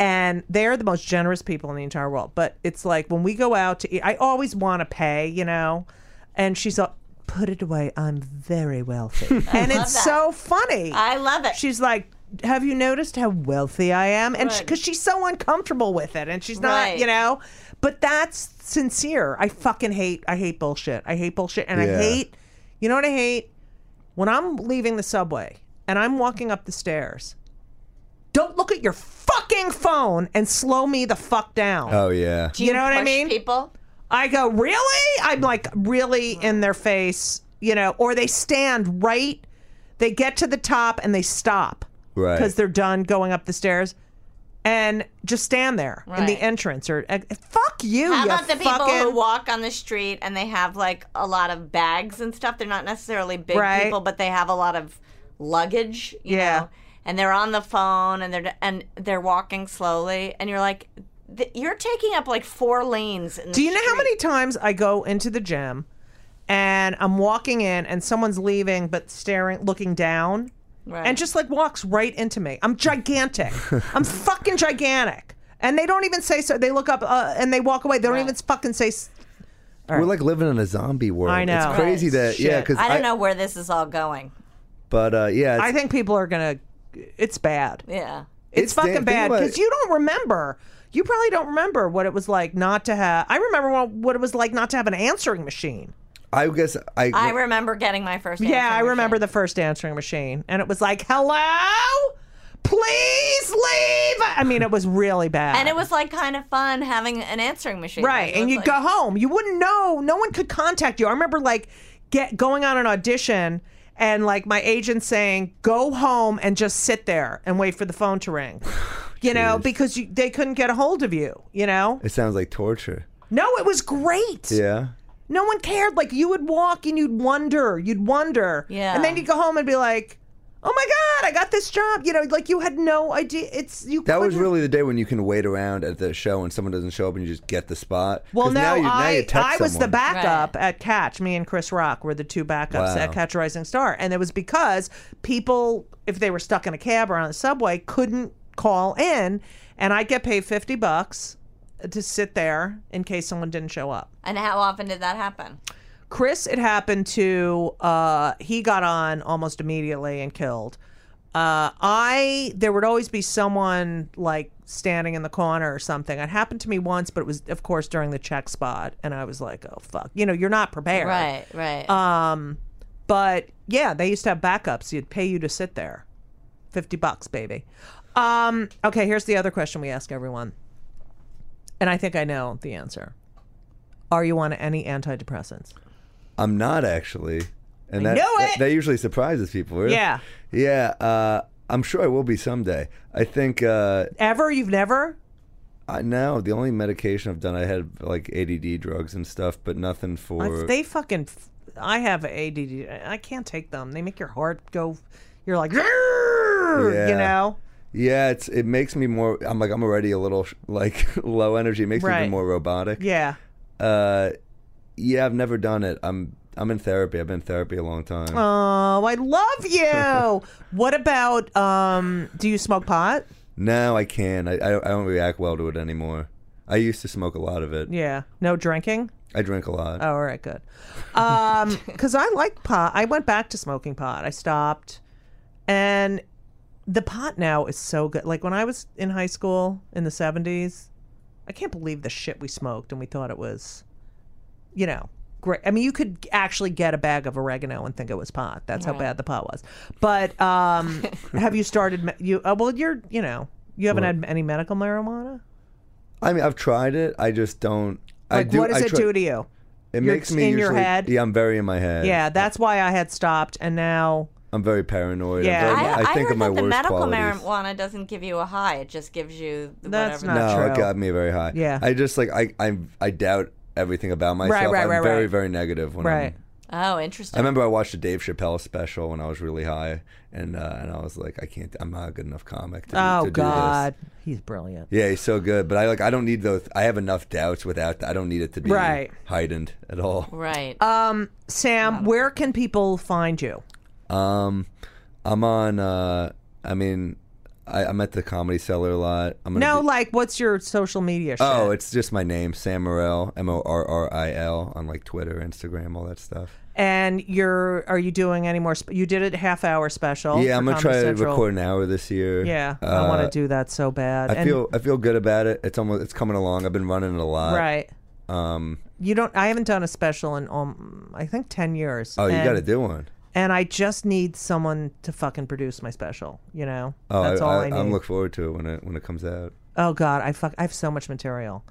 B: And they're the most generous people in the entire world. But it's like when we go out to eat, I always want to pay, you know? And she's like, put it away. I'm very wealthy. and
C: love
B: it's
C: that.
B: so funny.
C: I love it.
B: She's like, have you noticed how wealthy I am? And
C: Right.
B: because she's so uncomfortable with it, and she's not,
C: Right.
B: you know, but that's sincere. I fucking hate. I hate bullshit. I hate bullshit, and I
E: Yeah.
B: hate. You know what I hate? When I'm leaving the subway and I'm walking up the stairs, don't look at your fucking phone and slow me the fuck down.
E: Oh yeah.
C: Do
B: you know what I
C: push
B: mean?
C: People.
B: I go, really? I'm like really in their face, you know, or they stand right, they get to the top and they stop
E: Right.
B: because they're done going up the stairs and just stand there in the
C: Right.
B: entrance or eh, fuck you.
C: How
B: you
C: about the people who
B: fucking-
C: walk on the street and they have like a lot of bags and stuff? They're not necessarily big
B: Right.
C: people, but they have a lot of luggage. You
B: Yeah.
C: Know? And they're on the phone and they're and they're walking slowly, and you're like, th- you're taking up like four lanes. In the
B: Do you know how
C: street.
B: many times I go into the gym and I'm walking in and someone's leaving but staring, looking down?
C: Right.
B: and just like walks right into me. I'm gigantic. I'm fucking gigantic. And they don't even say so. They look up uh, and they walk away. They don't even fucking say. s-
E: We're like living in a zombie world.
B: I know.
E: It's crazy
B: Right.
E: that yeah,
B: Shit.
E: because
C: I don't know where this is all going.
E: But uh, yeah, it's,
B: I think people are gonna. It's bad.
C: Yeah.
B: It's,
E: It's
B: fucking
E: damn- think
B: bad
E: about
B: because
E: it.
B: you don't remember. You probably don't remember what it was like not to have. I remember what, what it was like not to have an answering machine.
E: I guess I.
C: I remember getting my first.
B: Yeah,
C: answering
B: I remember
C: machine.
B: the first answering machine, and it was like, "Hello, please leave." I mean, it was really bad.
C: And it was like kind of fun having an answering machine.
B: Right,
C: Like, it
B: and
C: was
B: you'd
C: like-
B: go home. You wouldn't know. No one could contact you. I remember like get going on an audition and like my agent saying, "Go home and just sit there and wait for the phone to ring," you know, because you, they couldn't get a hold of you. You know,
E: It sounds like torture.
B: no, it was great.
E: Yeah.
B: No one cared. Like you would walk and you'd wonder, you'd wonder,
C: Yeah.
B: and then you'd go home and be like, "Oh my god, I got this job!" You know, like you had no idea. It's you.
E: That was
B: couldn't-
E: really the day when you can wait around at the show and someone doesn't show up and you just get the spot.
B: Well,
E: 'Cause
B: no,
E: now you, now
B: I,
E: you text
B: I was the
E: someone.
B: backup at Catch. Me and Chris Rock were the two backups at
E: Wow.
B: Catch a Rising Star. And it was because people, if they were stuck in a cab or on the subway, couldn't call in. And I'd get paid 50 bucks to sit there in case someone didn't show up.
C: And how often did that happen?
B: Chris, it happened to. Uh, he got on almost immediately and killed. Uh, I there would always be someone like standing in the corner or something. It happened to me once, but it was of course during the check spot, and I was like, "Oh fuck," you know, you're not prepared,
C: Right,
B: Uh,
C: right.
B: But yeah, they used to have backups. You'd pay you to sit there, fifty bucks, baby. Um, okay, here's the other question we ask everyone, and I think I know the answer. Are you on any antidepressants?
E: I'm not actually. And that,
B: knew
E: that-
B: it!
E: that usually surprises people. Really.
B: Yeah.
E: Yeah. Uh, I'm sure I will be someday. I think uh,
B: Ever? You've never?
E: I now the only medication I've done I had like ADD drugs and stuff, but nothing for
B: If They fucking. f- I have ADD. I can't take them. They make your heart go. You're like, you
E: Yeah.
B: know.
E: Yeah, it's it makes me more. I'm like I'm already a little sh- like low energy. It makes me
B: Right.
E: even more robotic.
B: Yeah.
E: Uh, yeah, I've never done it. I'm I'm in therapy. I've been in therapy a long time.
B: Oh, I love you. what about? Um, do you smoke pot?
E: now I can. I, I I don't react well to it anymore. I used to smoke a lot of it.
B: Yeah. No drinking.
E: I drink a lot.
B: Oh, all right, good. Um, because I like pot. I went back to smoking pot. I stopped, and the pot now is so good. Like when I was in high school in the seventies, I can't believe the shit we smoked, and we thought it was, you know, great. I mean, you could actually get a bag of oregano and think it was pot. That's how bad the pot was. But um, have you started? me- You uh, well, you're you know, you haven't had any medical marijuana.
E: I mean, I've tried it. I just don't. I
B: Like,
E: do.
B: what does
E: I
B: it
E: try-
B: do to you?
E: It
B: You're
E: makes me
B: in your
E: usually-
B: head?
E: Yeah, I'm very in my head.
B: Yeah, that's why I had stopped, and now.
E: I'm very paranoid. I'm
B: Yeah.
E: very-
B: I-
E: I, think
C: heard
E: of my
C: that the
E: worst
C: medical
E: qualities.
C: marijuana doesn't give you a high; it just gives you the
B: That's
C: whatever.
B: not-
E: No,
B: true.
E: it got me very high.
B: Yeah.
E: I just like I I I doubt everything about myself.
B: right,
E: I'm
B: right,
E: very
B: right.
E: very negative when
B: Right.
E: I'm
C: oh,
E: I
C: interesting.
E: remember I watched a Dave Chappelle special when I was really high, and uh, and I was like, I can't, I'm not a good enough comic. To,
B: Oh
E: to
B: God, he's brilliant.
E: do this. Yeah, he's so good, but I like, I don't need those. I have enough doubts without. I don't need it to be
B: Right.
E: heightened at all.
C: right.
B: Um, Sam, where can people find you?
E: Um, I'm on. Uh, I mean, I, I'm at the Comedy Cellar a lot. I'm gonna
B: No,
E: be-
B: like, what's your social media? Shit?
E: Oh, it's just my name, Sam Morril, M O R R I L, on like Twitter, Instagram, all that stuff.
B: and you're are you doing any more? Sp- you did a half hour special.
E: yeah,
B: for
E: I'm gonna
B: Comedy
E: try to
B: Central.
E: record an hour this year.
B: Yeah,
E: Uh,
B: I want to do that so bad.
E: I
B: and,
E: feel I feel good about it. It's almost it's coming along. I've been running it a lot.
B: right.
E: Um,
B: You don't. I haven't done a special in um, I think ten years.
E: oh, you
B: and,
E: got to do one.
B: And I just need someone to fucking produce my special. You know,
E: Oh,
B: that's
E: I,
B: all I,
E: I,
B: need.
E: am looking forward to it when it when it comes out.
B: oh God, I fuck. I have so much material.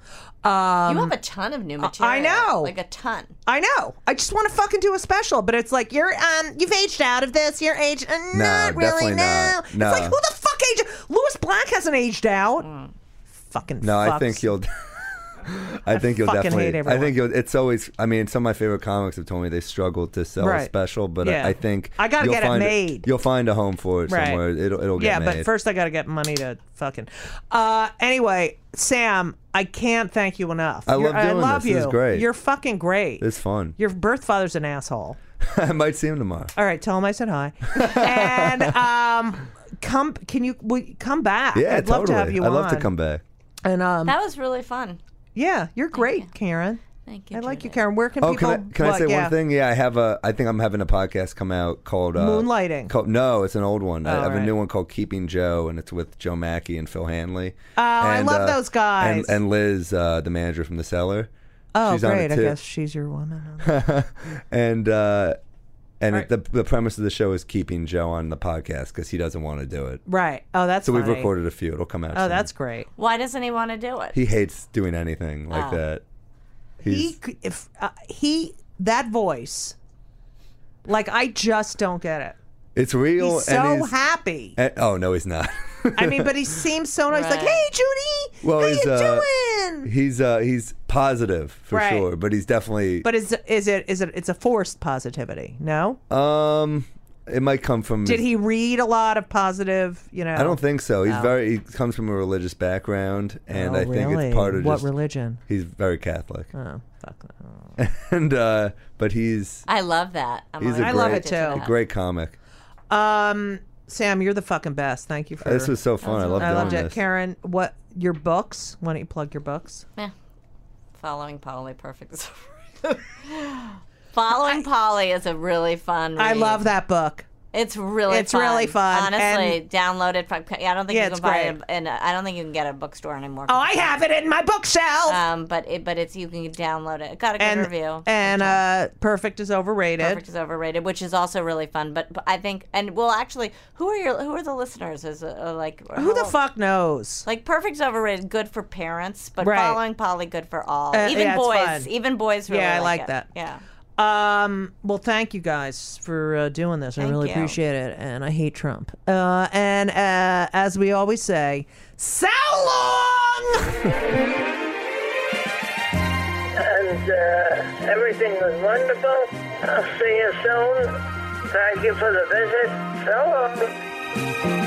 C: you have a ton of new material.
B: Um, I know.
C: like a ton.
B: I know. I just want to fucking do a special, but it's like you're um you've aged out of this. You're aged uh, not really
E: definitely
B: now.
E: not. No.
B: It's like who the fuck aged? Louis Black hasn't aged out. Fucking
E: No, I
B: fucks.
E: think you'll. I think you'll
B: fucking hate
E: definitely. I
B: everyone.
E: think you'll, it's always. I mean, some of my favorite comics have told me they struggled to sell
B: Right.
E: a special, but
B: Yeah.
E: I, I think
B: I gotta
E: you'll
B: get it
E: find
B: made.
E: You'll find a home for it
B: Right.
E: somewhere. It'll it'll
B: Yeah,
E: get made.
B: but first I gotta get money to fucking. Uh, anyway, Sam, I can't thank you enough. I
E: love
B: I
E: doing
B: love
E: this.
B: you.
E: This is great.
B: You're fucking great.
E: it's fun.
B: Your birth father's an asshole.
E: I might see him tomorrow.
B: All right, tell him I said hi. and um, come, can you will you come back?
E: Yeah,
B: I'd
E: totally.
B: love to have you
E: I'd
B: on.
E: love to come back.
B: And um,
C: That was really fun.
B: yeah, you're great, Karen.
C: Thank you.
B: I like you,
C: Judith.
B: Karen. Where can
E: Oh,
B: people?
E: can I, can I
B: what,
E: say
B: yeah.
E: one thing? Yeah, I have a. I think I'm having a podcast come out called uh,
B: Moonlighting.
E: Called, no, it's an old one. I
B: Oh,
E: have
B: right.
E: a new one called Keeping Joe, and it's with Joe Mackey and Phil Hanley. uh,
B: Oh, I love those guys.
E: And, and Liz, uh, the manager from the cellar.
B: Oh,
E: She's
B: great.
E: On it
B: I
E: too.
B: guess she's your woman.
E: And uh, and
B: All right.
E: the the premise of the show is keeping Joe on the podcast because he doesn't want to do it.
B: right. Oh, that's
E: So we've
B: funny.
E: recorded a few. It'll come out.
B: Oh,
E: soon.
B: that's great.
C: Why doesn't he want to do it?
E: He hates doing anything like
C: Oh.
E: that.
B: He, c- if uh, he that voice Like I just don't get it.
E: It's real.
B: He's
E: and
B: so
E: he's,
B: happy.
E: and- oh no, he's not.
B: I mean, but he seems so nice. Like,
C: Right.
B: hey, Judy,
E: well,
B: how
E: he's
B: you
E: uh,
B: doing?
E: he's uh, he's positive for
B: Right.
E: sure, but he's definitely.
B: But is is it is it it's a forced positivity? No.
E: um, it might come from.
B: Did
E: his-
B: he read a lot of positive? You know.
E: I don't think so. He's very. He comes from a religious background, and
B: Oh,
E: I think
B: really?
E: it's part of
B: what
E: just-
B: religion?
E: He's very Catholic,
B: Oh, fuck.
E: and uh, but he's
C: I love that. I'm
E: he's
C: always
E: a great,
B: I love it
C: addicted
B: too.
E: a great comic.
B: Um, Sam, you're the fucking best. Thank you for
E: This was so fun. I love
B: I
E: doing
B: loved it,
E: this.
B: Karen. What your books? Why don't you plug your books?
C: Yeah. Following Polly Perfect is Following Polly is a really fun read.
B: I love that book.
C: It's really
B: It's
C: fun.
B: really fun,
C: Honestly,
B: and-
C: download it. From, I don't think
B: Yeah,
C: you
B: it's
C: can buy
B: great.
C: it, and I don't think you can get it at a bookstore anymore.
B: Oh, I have it in my bookshelf.
C: Um, but it, but it's you can download it. It Got a good
B: and
C: review.
B: and uh, perfect is overrated.
C: Perfect is overrated, which is also really fun. But, but I think, and well, actually, who are your who are the listeners? Is uh, uh, like
B: Who the fuck knows?
C: Like perfect is overrated, good for parents, but
B: Right.
C: following Polly, good for all,
B: Uh,
C: even
B: yeah, it's fun.
C: boys, even boys. Really
B: Yeah, I
C: like,
B: like
C: it.
B: that.
C: Yeah.
B: Um, well, thank you guys for uh, doing this. I
C: Thank
B: really
C: you.
B: appreciate it. And I hate Trump. Uh, and uh, as we always say, so long!
F: and uh, everything was wonderful. I'll see you soon. Thank you for the visit. So long.